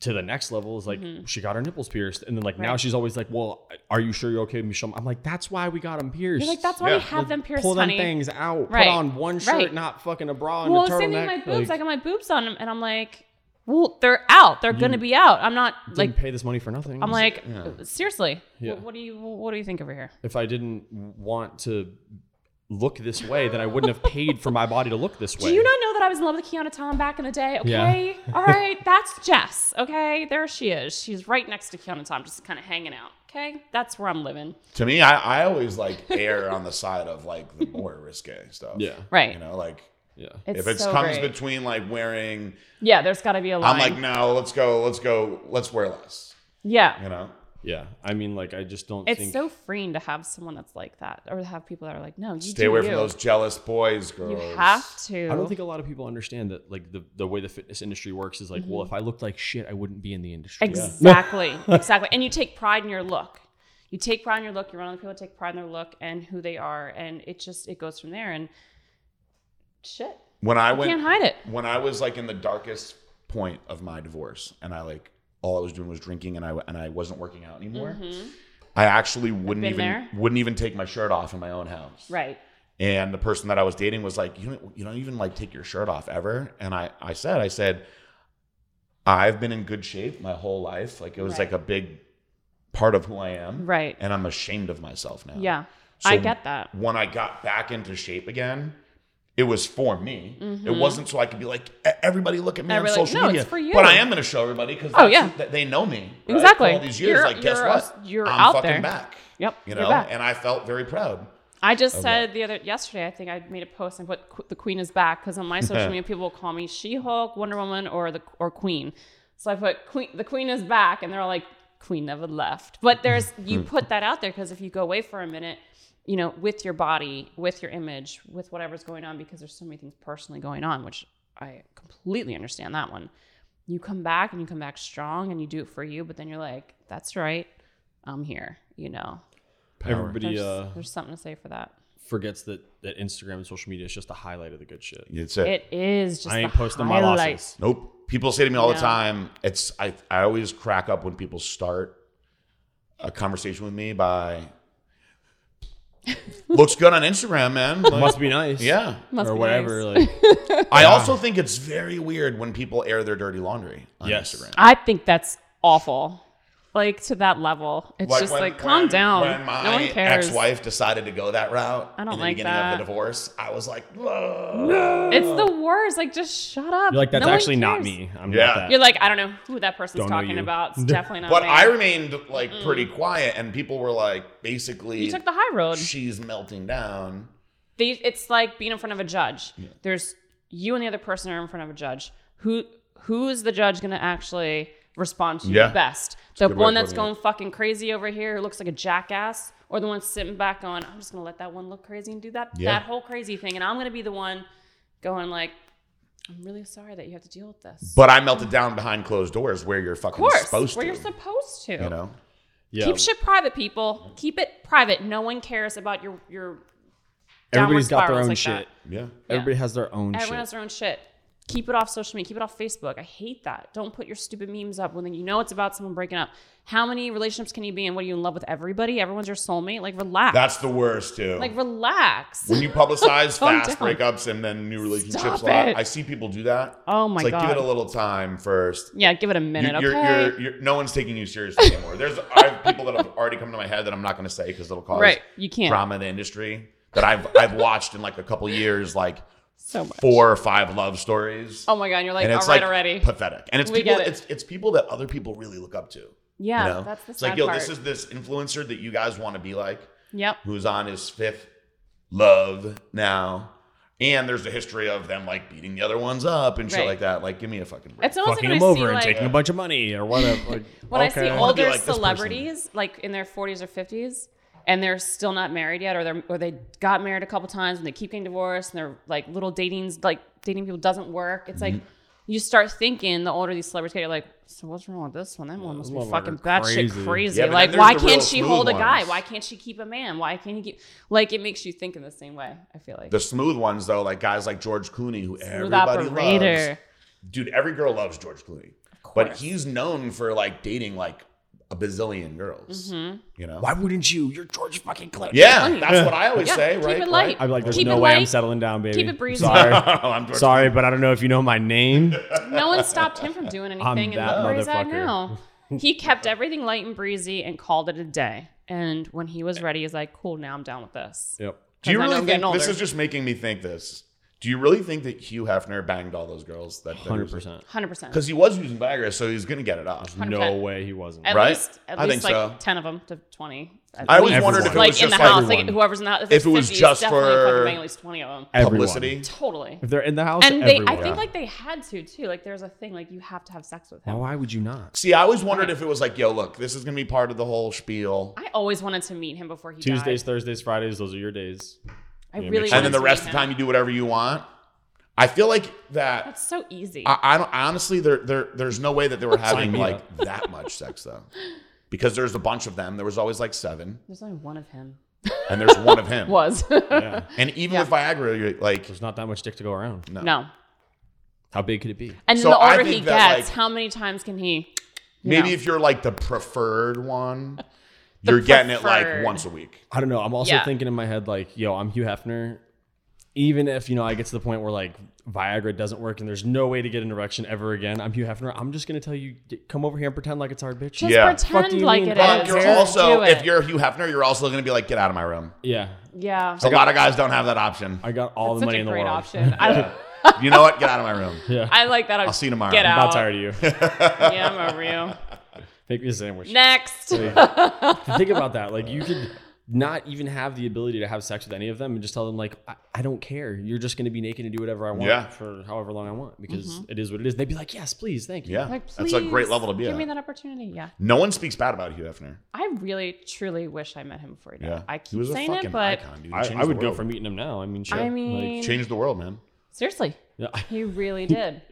S1: to the next level is like she got her nipples pierced, and then like now
S3: Mm-hmm. Right.
S1: she's always like, well, are you sure you're okay with me showing? I'm like, that's why we got them pierced.
S3: you're like that's why
S2: Yeah.
S3: we have them pierced,
S1: Pull them
S3: honey.
S1: things out.
S3: Right.
S1: Put on one shirt,
S3: Right.
S1: not fucking a bra and
S3: well,
S1: a
S3: the
S1: turtleneck.
S3: same thing with my boobs.
S1: like,
S3: I got my boobs on them, and I'm like, well, they're out. They're gonna be out. I'm not
S1: didn't
S3: like.
S1: pay this money for nothing.
S3: I'm like, uh, seriously.
S1: Yeah.
S3: What, what do you What do you think over here?
S1: if I didn't want to look this way, then I wouldn't have paid for my body to look this way.
S3: Do you not know that I was in love with Kiana Tom back in the day?
S1: Yeah.
S3: Okay. All right. That's Jess. Okay. There she is. She's right next to Kiana Tom, just kind of hanging out. Okay. That's where I'm living.
S2: To me, I, I always like err on the side of like the more risque stuff.
S1: Yeah.
S3: Right.
S2: You know, like
S1: Yeah.
S3: It's
S2: if it
S3: so
S2: comes
S3: great.
S2: between like wearing,
S3: yeah, there's got to be a line.
S2: I'm like, no, let's go, let's go, let's wear less.
S3: yeah.
S2: You know,
S1: Yeah. I mean, like, I just don't
S3: It's
S1: think.
S3: so freeing to have someone that's like that, or to have people that are like, no, you
S2: stay
S3: do
S2: away
S3: you.
S2: from those jealous boys, girls.
S3: You have to.
S1: I don't think a lot of people understand that, like, the, the way the fitness industry works is like, well,
S3: Mm-hmm.
S1: if I looked like shit, I wouldn't be in the industry.
S3: Exactly. exactly. And you take pride in your look. You take pride in your look. You're one of the people that take pride in their look and who they are, and it just it goes from there. And shit,
S2: When I
S3: you
S2: went,
S3: can't hide it.
S2: when I was like in the darkest point of my divorce, and I like all I was doing was drinking, and I and I wasn't working out anymore. I actually wouldn't
S3: Mm-hmm. been
S2: even
S3: there.
S2: wouldn't even take my shirt off in my own house.
S3: Right.
S2: And the person that I was dating was like, "You don't you don't even like take your shirt off ever." And I I said I said I've been in good shape my whole life. Like it was
S3: Right.
S2: like a big part of who I am.
S3: Right.
S2: And I'm ashamed of myself now.
S3: Yeah.
S2: So
S3: I get that.
S2: When I got back into shape again, it was for me. It wasn't so I could be like, "E- everybody look at me on
S3: Everybody like,
S2: social
S3: Mm-hmm. "No,
S2: media.
S3: it's for you."
S2: But I am going to show everybody because
S3: Oh, yeah.
S2: they know me. right?
S3: Exactly.
S2: For all these years,
S3: You're-
S2: like, guess
S3: you're a-
S2: what?
S3: you're
S2: I'm
S3: out
S2: fucking
S3: there.
S2: back.
S3: Yep.
S2: You
S3: you're
S2: know,
S3: back.
S2: and I felt very proud.
S3: I just said the other yesterday. I think I made a post and put Qu- the Queen is back because on my social media people will call me She-Hulk, Wonder Woman, or the or Queen. So I put Queen. The Queen is back, and they're all like, "Queen never left." But there's you put that out there because if you go away for a minute, you know, with your body, with your image, with whatever's going on, because there's so many things personally going on, which I completely understand that one. You come back and you come back strong and you do it for you, but then you're like, "That's right, I'm here." You know,
S1: Everybody
S3: there's,
S1: uh,
S3: there's something to say for that.
S1: forgets that, that Instagram and social media is just the highlight of the good shit.
S2: It's it.
S3: It is just
S1: I ain't
S3: the
S1: posting my
S3: highlight.
S1: losses.
S2: Nope. People say to me all the
S3: No.
S2: time, it's I I always crack up when people start a conversation with me by looks good on Instagram, man. Like,
S1: Must be nice.
S2: yeah.
S3: Must
S1: or
S3: be
S1: whatever.
S3: nice.
S1: Like,
S2: I also think it's very weird when people air their dirty laundry on
S1: Yes.
S2: Instagram.
S3: I think that's awful. Like to that level, it's just
S2: when-
S3: like calm
S2: when-
S3: down.
S2: When my
S3: no one cares.
S2: ex-wife decided to go that route
S3: I don't
S2: in the
S3: like
S2: beginning of
S3: that.
S2: the divorce, I was like, no.
S3: It's the worst. Like just shut up.
S1: you're like, that's
S3: No one
S1: actually not
S3: cares."
S1: me. I'm
S2: Yeah.
S1: not that.
S3: You're like, I don't know who that person's
S1: Don't know
S3: talking
S1: you.
S3: about. It's definitely not
S2: But
S3: me.
S2: I remained like pretty quiet, and people were like, basically,
S3: you took the high road.
S2: she's melting down.
S3: They, it's like being in front of a judge. There's you and the other person are in front of a judge. Who who is the judge going to actually respond to
S2: Yeah.
S3: you best? The
S2: good way
S3: one
S2: of
S3: that's
S2: putting it.
S3: going fucking crazy over here who looks like a jackass, or the one sitting back going, "I'm just going to let that one look crazy and do that
S2: Yeah.
S3: that whole crazy thing," and I'm going to be the one going like, "I'm really sorry that you have to deal with this."
S2: But I melted down behind closed doors where you're fucking
S3: of course,
S2: supposed
S3: where
S2: to.
S3: you're supposed to.
S2: you know?
S1: Yeah.
S3: Keep shit private, people. Keep it private. No one cares about your your.
S1: Everybody's got
S3: downward
S1: their
S3: spirals
S1: own
S3: like
S1: shit.
S3: that.
S2: Yeah.
S1: Everybody has their own
S3: Everyone
S1: shit.
S3: has their own shit. Keep it off social media. Keep it off Facebook. I hate that. Don't put your stupid memes up when you know it's about someone breaking up. How many relationships can you be in? What are you in love with everybody? Everyone's your soulmate. Like relax.
S2: That's the worst, too.
S3: like relax.
S2: when you publicize
S3: Calm
S2: fast
S3: down.
S2: breakups and then new relationships
S3: Stop
S2: a lot,
S3: it.
S2: I see people do that.
S3: Oh my
S2: it's like,
S3: god.
S2: give it a little time first.
S3: yeah, give it a
S2: You-
S3: minute.
S2: you're-
S3: okay.
S2: you're- you're- no one's taking you seriously anymore. There's I have people that have already come to my head that I'm not going to say because it'll cause
S3: right. You can't.
S2: drama in the industry that I've I've watched in like a couple years, like
S3: So much.
S2: four or five love stories.
S3: Oh my god. You're like
S2: and
S3: all
S2: it's
S3: right
S2: like
S3: already.
S2: pathetic. And it's
S3: We
S2: people
S3: get it.
S2: it's it's people that other people really look up to.
S3: yeah,
S2: you know?
S3: that's the
S2: it's
S3: sad
S2: like, yo,
S3: part.
S2: this is this influencer that you guys want to be like,
S3: yep.
S2: who's on his fifth love now. And there's a history of them like beating the other ones up and shit
S3: Right.
S2: like that. Like, give me a fucking break.
S3: It's almost
S1: Fucking
S3: like
S1: them
S3: when I see
S1: over and
S3: like,
S1: taking a bunch of money or whatever. Like,
S3: when I see
S1: okay.
S2: be
S3: older
S2: like this person.
S3: celebrities, like in their 40s or 50s, and they're still not married yet, or they are or they got married a couple times and they keep getting divorced, and they're like little datings, like dating people doesn't work. It's like
S2: Mm-hmm.
S3: you start thinking the older these celebrities get, you're like, so what's wrong with this one? That one must be
S1: motherfucker
S3: fucking batshit
S1: crazy."
S3: crazy.
S2: Yeah, but then
S3: like,
S2: there's
S3: why
S2: the real
S3: can't she
S2: smooth
S3: hold a guy?
S2: ones.
S3: Why can't she keep a man? Why can't he keep? Like, it makes you think in the same way. I feel like
S2: the smooth ones though, like guys like George Clooney, who
S3: Smooth
S2: everybody loves.
S3: operator.
S2: dude, every girl loves George Clooney, but he's known for like dating like a bazillion girls.
S3: Mm-hmm.
S2: You know,
S4: Why wouldn't you? You're George fucking Clinton.
S2: yeah, that's what I always
S3: Yeah,
S2: say,
S3: keep
S2: right?
S3: it light.
S2: Right?
S1: I'd be like, there's
S3: Keep
S1: no
S3: it
S1: way I'm
S3: light.
S1: settling down, baby.
S3: Keep it breezy.
S1: Sorry.
S2: I'm George-
S1: Sorry, but I don't know if you know my name.
S3: No one stopped him from doing
S1: I'm
S3: anything, and
S1: that
S3: look where he's at
S1: motherfucker.
S3: now. He kept everything light and breezy and called it a day. And when he was ready, he's like, "Cool, now I'm down with this."
S1: yep.
S2: Do you
S3: I know
S2: really
S3: I'm
S2: think
S3: getting
S2: this
S3: older.
S2: is just making me think this? Do you really think that Hugh Hefner banged all those girls? That
S1: Hundred percent.
S3: Hundred percent.
S2: Because he was using Viagra, so he's gonna get it off.
S1: No
S3: 100%.
S1: way he wasn't.
S3: At
S2: right?
S3: least, at
S2: I think
S3: least like
S2: so.
S3: ten of them to twenty. at
S2: I always
S3: least.
S2: wondered
S1: if it
S3: like
S2: was
S3: in
S2: just
S3: the house,
S1: everyone.
S3: like whoever's in the house.
S2: If it was
S3: 50s,
S2: just
S3: definitely
S2: for-
S3: fucking bang at least twenty of them.
S1: Everyone.
S2: Publicity.
S3: Totally.
S1: If they're in the house,
S3: And they, I
S1: everyone.
S3: think like they had to too. Like there's a thing like you have to have sex with
S1: Why-
S3: him.
S1: why would you not?
S2: See, I always wondered if it was like, yo, look, this is gonna be part of the whole spiel.
S3: I always wanted to meet him before he
S1: Tuesdays,
S3: died.
S1: Thursdays, Fridays, those are your days.
S3: I
S1: Yeah,
S3: really.
S1: makes
S2: and
S3: wanted
S2: then the
S3: to
S2: rest of
S3: meet
S2: the
S3: him.
S2: time you do whatever you want. I feel like that.
S3: That's so easy.
S2: I, I don't I honestly. There, there, there's no way that they were having
S1: me
S2: like that much sex though, because there's a bunch of them. There was always like seven,
S3: there's only one of him.
S2: and there's one of him.
S3: Was.
S1: Yeah.
S2: And even with Viagra, you're like,
S1: There's not that much dick to go around.
S3: No.
S1: How big could it be?
S3: And
S2: So
S3: then the
S2: I
S3: older
S2: think
S3: he
S2: that,
S3: gets,
S2: like-
S3: how many times can he? you
S2: maybe
S3: know,
S2: if you're like the preferred one,
S3: The
S2: you're getting it like
S3: preferred.
S2: once a week.
S1: I don't know. I'm also
S3: Yeah.
S1: thinking in my head like, yo, I'm Hugh Hefner. Even if you know I get to the point where like Viagra doesn't work and there's no way to get an erection ever again, I'm Hugh Hefner. I'm just gonna tell you, d- come over here and pretend like it's hard, bitch.
S3: just
S2: Yeah.
S1: Fuck do
S3: pretend
S1: you
S3: like
S1: mean?
S3: it
S1: Fuck,
S2: But
S3: is.
S1: you're
S2: you're
S3: Just
S2: also,
S3: do it.
S2: if you're Hugh Hefner, you're also gonna be like, get out of my room.
S1: Yeah,
S3: yeah,
S2: So a lot of guys don't have that option.
S1: I got all the
S3: That's such
S1: money
S3: a
S1: in the
S3: great
S1: world.
S3: option. I,
S2: You know what? Get out of my room.
S1: Yeah,
S3: I like that.
S2: I'll see you tomorrow.
S3: Get
S1: I'm
S3: out.
S1: not tired of you.
S3: Yeah, I'm over you.
S1: Make me a sandwich.
S3: Next.
S1: to think about that. Like you could not even have the ability to have sex with any of them and just tell them like I, I don't care. You're just gonna be naked and do whatever I want
S2: Yeah.
S1: for however long I want because
S3: Mm-hmm.
S1: it is what it is. They'd be like, Yes, please, thank you.
S2: Yeah,
S3: Like,
S2: that's a great
S3: please,
S2: level to be
S3: Give me
S2: at.
S3: that opportunity. Yeah,
S2: No one speaks bad about Hugh Hefner.
S3: I really, truly wish I met him before he died.
S2: Yeah,
S3: I
S2: He
S3: keep
S2: was a
S3: saying
S2: fucking
S3: it, but
S2: icon, dude. He
S1: I,
S2: changed
S1: I
S2: the
S1: would go
S2: world.
S1: for meeting them now. I mean, shit.
S3: I
S1: Like,
S3: mean,
S2: changed the world, man.
S3: seriously,
S1: yeah,
S3: he really did.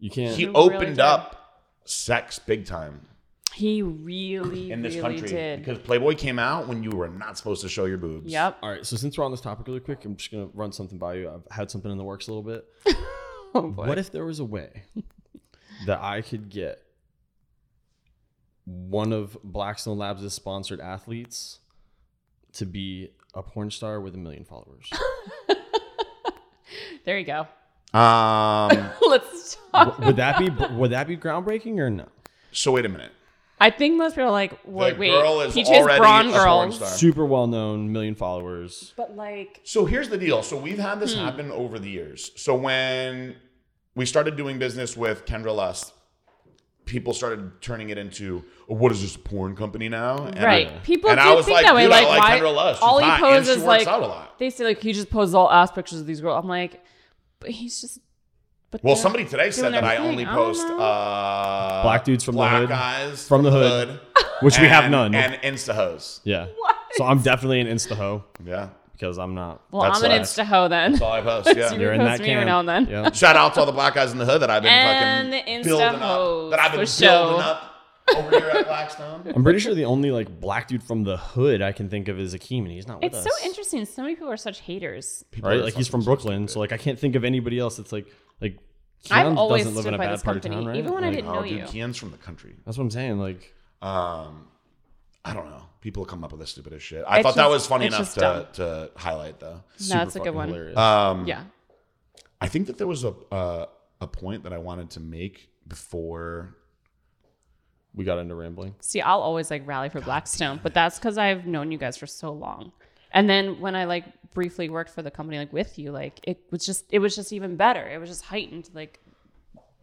S1: you can't.
S2: He
S3: really
S2: opened
S3: did.
S2: up sex big time
S3: He really,
S2: in this
S3: really
S2: country
S3: did.
S2: because Playboy came out when you were not supposed to show your boobs.
S3: Yep.
S1: All right, so since we're on this topic really quick, I'm just gonna run something by you. I've had something in the works a little bit.
S3: Oh boy.
S1: What if there was a way that I could get one of Blackstone Labs' sponsored athletes to be a porn star with a million followers?
S3: There you go.
S2: Um.
S3: Let's talk.
S1: W- would that be would that be groundbreaking or no?
S2: so wait a minute.
S3: I think most people are like, wait, wait.
S2: girl is
S3: PJ's
S2: already
S3: brawn
S2: a porn
S3: girls.
S2: star.
S1: Super well known, million followers.
S3: But like,
S2: So here's the deal. So we've had
S3: Hmm.
S2: this happen over the years. So when we started doing business with Kendra Lust, people started turning it into "Oh, what is this a porn company now? And I-
S3: right? People
S2: and
S3: do
S2: I was
S3: think
S2: like,
S3: that way.
S2: dude, I
S3: like,
S2: like
S3: why?
S2: Kendra Lust. She's
S3: all he
S2: hot, and
S3: poses
S2: she
S3: is
S2: works
S3: like
S2: out a lot.
S3: they say, like he just poses all ass pictures of these girls. I'm like, but he's just But
S2: Well,
S3: they're
S2: somebody today said
S3: doing
S2: that I
S3: everything.
S2: only
S3: don't
S2: post
S3: know.
S2: uh,
S1: Black dudes from the
S2: black
S1: hood.
S2: guys
S1: From the hood. which we have
S2: and-
S1: none.
S2: and insta hoes.
S1: yeah. So I'm definitely an insta hoe
S2: Yeah,
S1: because I'm not.
S3: well,
S2: that's
S3: I'm an
S2: us.
S3: insta hoe then.
S2: that's all I post. Yeah.
S1: You're in
S3: Post
S1: that
S3: me
S1: camp.
S3: every now and then.
S1: Yeah.
S2: Shout out to all the black guys in the hood that I'i've been
S3: And
S2: fucking
S3: the
S2: building
S3: insta-hoes,
S2: up. That I've been
S3: for
S2: building
S3: sure.
S2: up over here at Blackstone.
S1: I'm pretty sure the only like black dude from the hood I can think of is Akeem, and he's not with
S3: It's
S1: us.
S3: so interesting. So many people are such haters.
S1: right? Like he's from Brooklyn, so like I can't think of anybody else that's like like. Keon
S3: I've always
S1: doesn't live
S3: stood
S1: in a
S3: by
S1: bad
S3: this
S1: part of
S3: company,
S1: town, right?
S3: even when I
S1: Like,
S3: didn't
S2: Oh,
S3: know
S2: dude,
S3: you.
S2: Kian's from the country.
S1: That's what I'm saying. Like,
S2: Um, I don't know. People come up with the stupidest shit. I
S3: It's
S2: thought that
S3: just-
S2: was funny
S3: it's
S2: enough
S3: just
S2: to,
S3: dumb.
S2: to highlight though.
S1: super
S3: that's a good
S1: fucking
S3: one.
S1: hilarious.
S2: Um,
S3: Yeah.
S2: I think that there was a uh, a point that I wanted to make before.
S1: we got into rambling.
S3: See, I'll always like rally for Blackstone, but that's because I've known you guys for so long. And then when I like briefly worked for the company like with you, like it was just it was just even better. It was just heightened. Like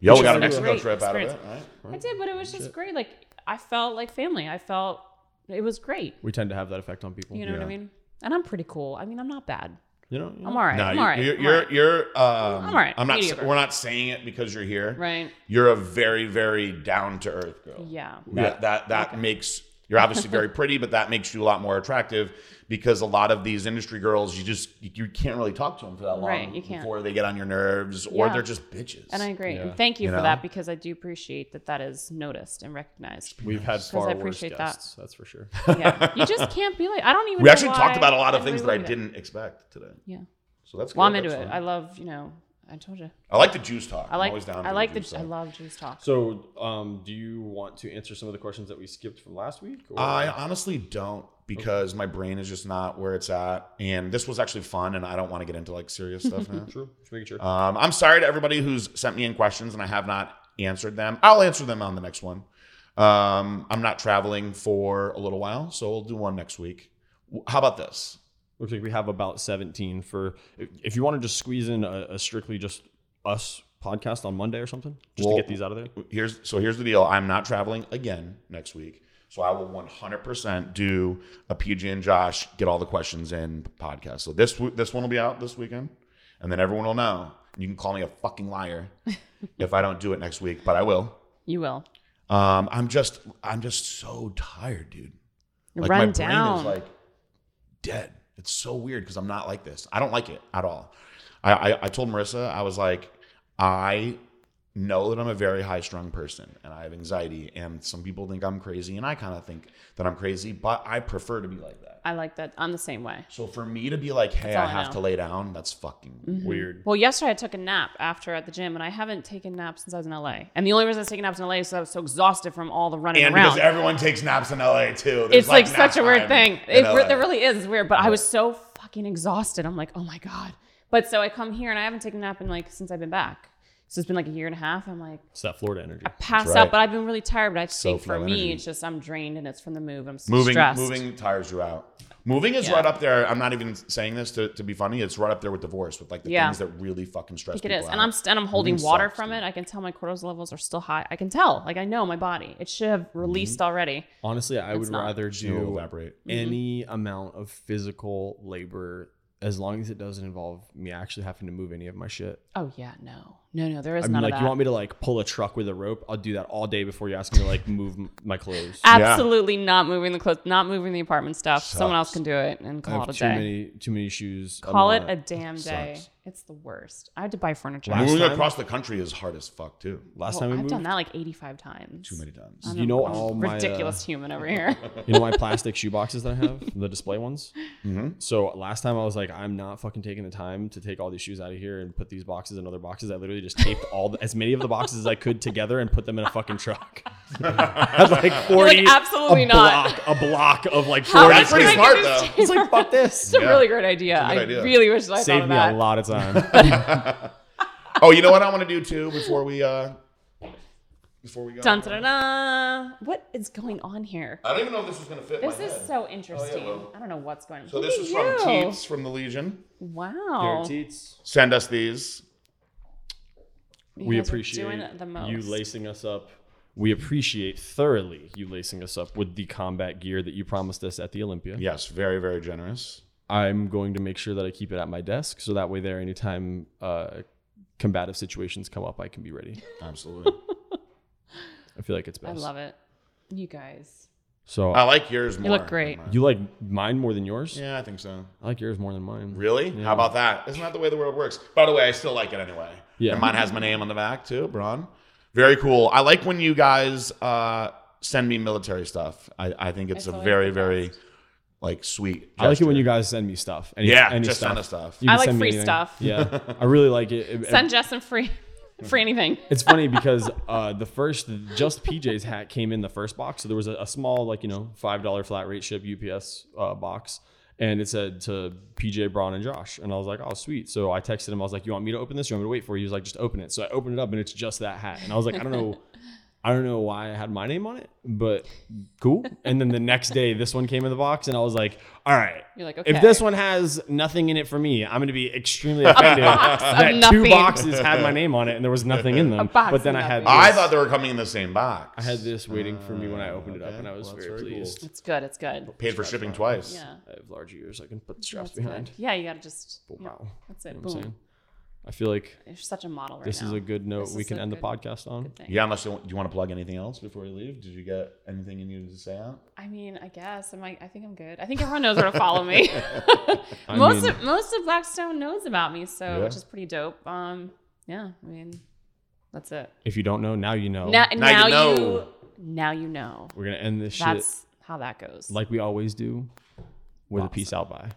S2: Yo, we
S3: Which
S2: got a
S3: was a
S2: Mexico
S3: great
S2: trip out of it.
S3: experience.
S2: Right?
S3: I did, but it was just great. Like I felt like family. I felt it was great.
S1: We tend to have that effect on people.
S3: You know what I mean? And I'm pretty cool. I mean, I'm not bad.
S1: You know,
S3: I'm all right.
S2: No,
S3: I'm
S2: you-
S3: all right.
S2: you're
S3: I'm
S2: you're,
S3: all right.
S2: you're um,
S3: I'm all right.
S2: I'm not.
S3: Mediocre.
S2: We're not saying it because you're here.
S3: right.
S2: You're a very very down to earth girl.
S3: Yeah.
S2: That that that makes you're obviously very pretty, but that makes you a lot more attractive because a lot of these industry girls, you just you, you can't really talk to them for that long
S3: Right, you can't.
S2: before they get on your nerves, or
S3: Yeah.
S2: they're just bitches.
S3: And I agree.
S1: Yeah.
S3: And thank you,
S2: You
S3: for
S2: know?
S3: that because I do appreciate that that is noticed and recognized.
S1: We've had
S3: I
S1: far worse
S3: appreciate that.
S1: guests, that's for sure.
S3: yeah. You just can't be like I don't even
S2: we
S3: know
S2: actually
S3: why
S2: talked about a lot of
S3: I
S2: things that
S3: really
S2: I
S3: love it.
S2: didn't expect today,
S3: Yeah.
S2: so that's
S3: Well, I'm
S2: good.
S3: into
S2: That's
S3: it.
S2: fun.
S3: I love, you know, I told you.
S2: I like the juice talk.
S3: I like.
S2: I'm always down.
S3: I
S2: for
S3: like
S2: the
S3: the.
S2: juice
S3: I
S2: talk.
S3: love juice talk.
S1: So, um, do you want to answer some of the questions that we skipped from last week? Or?
S2: I honestly don't because my brain is just not where it's at, and this was actually fun, and I don't want to get into like serious stuff now.
S1: true. Just making sure.
S2: Um, I'm sorry to everybody who's sent me in questions and I have not answered them. I'll answer them on the next one. Um, I'm not traveling for a little while, so we'll do one next week. W- How about this?
S1: Looks like we have about 17 for. if- If you want to just squeeze in a, a strictly just us podcast on Monday or something, just
S2: Well-
S1: to get these out of there.
S2: Here's so here's the deal. I'm not traveling again next week, so I will 100% do a PG and Josh get all the questions in podcast. So this w- this one will be out this weekend, and then everyone will know. You can call me a fucking liar if I don't do it next week, but I will.
S3: You will
S2: Um, I'm just I'm just so tired, dude. Like
S3: run
S2: my
S3: down.
S2: brain is like dead. It's so weird because I'm not like this. I don't like it at all. I, I I told Marissa I was like I know that I'm a very high strung person and I have anxiety and some people think I'm crazy and I kind of think that I'm crazy, but I prefer to be like that.
S3: I like that. I'm the same way.
S2: So for me to be like, hey,
S3: all
S2: I
S3: I
S2: have
S3: know. Mm-hmm.
S2: to lay down, that's fucking weird.
S3: Well, yesterday I took a nap after at the gym, and I haven't taken naps since I was in LA. And the only reason I was taking naps in LA is because I was so exhausted from all the running
S2: And
S3: around.
S2: because everyone takes naps in LA too. There's
S3: it's like,
S2: nap
S3: such a weird
S2: time
S3: thing.
S2: in
S3: It, re-
S2: LA.
S3: there really is weird. But I was so fucking exhausted. I'm like, oh my god. But so I come here and I haven't taken a nap in like since I've been back. So it's been like a year and a half. I'm like,
S1: It's that Florida energy.
S3: pass
S2: right.
S3: out, but I've been really tired. But I think for
S2: Self-love
S3: me,
S2: energy.
S3: it's just I'm drained and it's from the move. I'm so
S2: Moving,
S3: stressed.
S2: moving tires you out. Moving is
S3: Yeah.
S2: right up there. I'm not even saying this to, to be funny. It's right up there with divorce, with like the
S3: Yeah.
S2: things that really fucking stress
S3: think
S2: people
S3: it is.
S2: out.
S3: And I'm st- and I'm holding
S2: Moving
S3: water
S2: sucks,
S3: from
S2: dude.
S3: it. I can tell my cortisol levels are still high. I can tell. Like I know my body. It should have released already.
S1: Honestly, I would
S3: not. Mm-hmm.
S1: rather
S2: She will
S1: do
S2: evaporate.
S1: any amount of physical labor as long as it doesn't involve me actually having to move any of my shit.
S3: Oh yeah, no, no, no. There is
S1: I mean,
S3: none
S1: like,
S3: of that.
S1: you want me to like pull a truck with a rope? I'll do that all day before you ask me to like move m- my clothes.
S3: Absolutely not moving the clothes, not moving the apartment stuff. Someone else can do it and
S1: I
S3: call
S1: have
S3: it a
S1: too
S3: day.
S1: many, too many shoes. I'm
S3: call it
S1: not-
S3: a damn day.
S2: Sucks.
S3: It's the worst. I had to buy furniture.
S2: Moving
S1: time-
S2: across the country is hard as fuck too.
S1: Last
S3: Well,
S1: time we
S3: I've
S1: moved,
S3: done that like 85 times.
S2: Too many times.
S3: I'm
S1: You
S3: a-
S1: know
S3: I'm a
S1: all my, uh,
S3: ridiculous human over here.
S1: you know my plastic shoe boxes that I have, the display ones. So last time I was like, I'm not fucking taking the time to take all these shoes out of here and put these boxes in other boxes. I literally just taped all the, as many of the boxes as I could together and put them in a fucking truck. I had like 40,
S3: absolutely
S1: a
S3: not.
S1: block, a block of like
S3: How
S1: 40.
S3: did
S2: pretty
S3: I get
S2: smart,
S3: this
S2: though.
S3: to-
S1: It's like fuck this.
S3: Oh, It's a
S2: Yeah.
S3: really great idea.
S2: a good
S3: I
S2: idea.
S3: really wish I thought
S1: Saved
S3: of
S1: me
S3: that.
S1: a lot of time.
S2: Oh, you know what I want to do too before we uh before we go.
S3: Dun, dun, dun, dun. What is going on here?
S2: I don't even know if this is gonna fit.
S3: This
S2: my
S3: is
S2: head.
S3: so interesting.
S2: Oh, well.
S3: I don't know what's going on.
S2: So this
S3: Look
S2: is
S3: at
S2: from
S3: you.
S2: Teats from the Legion.
S3: Wow.
S2: Send us these.
S3: You
S1: We
S3: guys are
S1: appreciate
S3: doing it the most.
S1: you lacing us up. We appreciate thoroughly you lacing us up with the combat gear that you promised us at the Olympia.
S2: Yes, very very generous.
S1: I'm going to make sure that I keep it at my desk so that way there anytime uh combative situations come up, I can be ready.
S2: Absolutely.
S1: I feel like it's best.
S3: I love it. You guys.
S1: So uh,
S2: I like yours more.
S3: look great.
S2: than mine.
S1: you like mine more than yours?
S2: Yeah, I think so.
S1: I like yours more than mine.
S2: Really? How about that? Isn't that the way the world works? By the way, I still like it anyway.
S1: Yeah.
S2: And mine has my name on the back too, Braun. Very cool. I like when you guys uh, send me military stuff. I, I think it's,
S3: It's
S2: a
S3: always
S2: very,
S3: the
S2: very like sweet.
S1: I like it when
S2: gesture.
S1: you guys send me stuff. Any,
S2: Yeah,
S1: any
S2: just
S1: stuff.
S2: send us stuff.
S1: You can
S3: I like
S1: send me
S3: free
S1: anything.
S3: stuff.
S1: Yeah, I really like it. It- it-
S3: Send Justin free free anything.
S1: It's funny because uh, the first just PJ's hat came in the first box, so there was a, a small like you know five dollar flat rate ship UPS uh, box, and it said to PJ Braun and Josh, and I was like, oh sweet. So I texted him, I was like, you want me to open this, or you want me to wait for you? He was like, just open it. So I opened it up, and it's just that hat, and I was like, I don't know. I don't know why I had my name on it, but cool. And then the next day, this one came in the box, and I was like, "All right,
S3: You're like,
S1: if
S3: okay.
S1: this one has nothing in it for me, I'm going to be extremely offended that two
S3: nothing.
S1: boxes had my name on it and there was nothing in them.
S3: box
S1: but then
S3: of
S1: I had,
S3: nothing.
S2: I
S1: this-
S2: thought they were coming in the same box.
S1: I had this waiting for me when I opened it up,
S2: Oh, okay.
S1: and I was
S2: Well, that's
S1: very,
S2: very cool.
S1: pleased.
S3: It's good. It's good.
S2: Paid for shipping twice.
S3: Yeah.
S1: I have large ears; I can put the straps
S3: That's
S1: behind. Oh,
S3: good. Yeah, you gotta just.
S1: Wow,
S3: Wow. That's it.
S1: You know what I'm
S3: Boom.
S1: saying? I feel like
S3: You're such a model right
S1: this
S3: now.
S1: is a good note
S3: This
S1: we
S3: is
S1: can
S3: a
S1: end
S3: good-
S1: the podcast on.
S3: thing.
S2: Yeah, unless you want, do you want to plug anything else before we leave? Did you get anything you needed to say out?
S3: I mean, I guess I'm like, I think I'm good. I think everyone knows where to follow me.
S1: I
S3: most
S1: mean-
S3: of most of Blackstone knows about me, so
S2: Yeah.
S3: which is pretty dope. Um, yeah, I mean, that's it.
S1: If you don't know Oh. now, you know.
S3: Now,
S2: Now
S3: now,
S2: you
S3: you
S2: know.
S3: now you know.
S1: We're gonna end this shit
S3: That's how that goes.
S1: like we always do, with a peace out bye.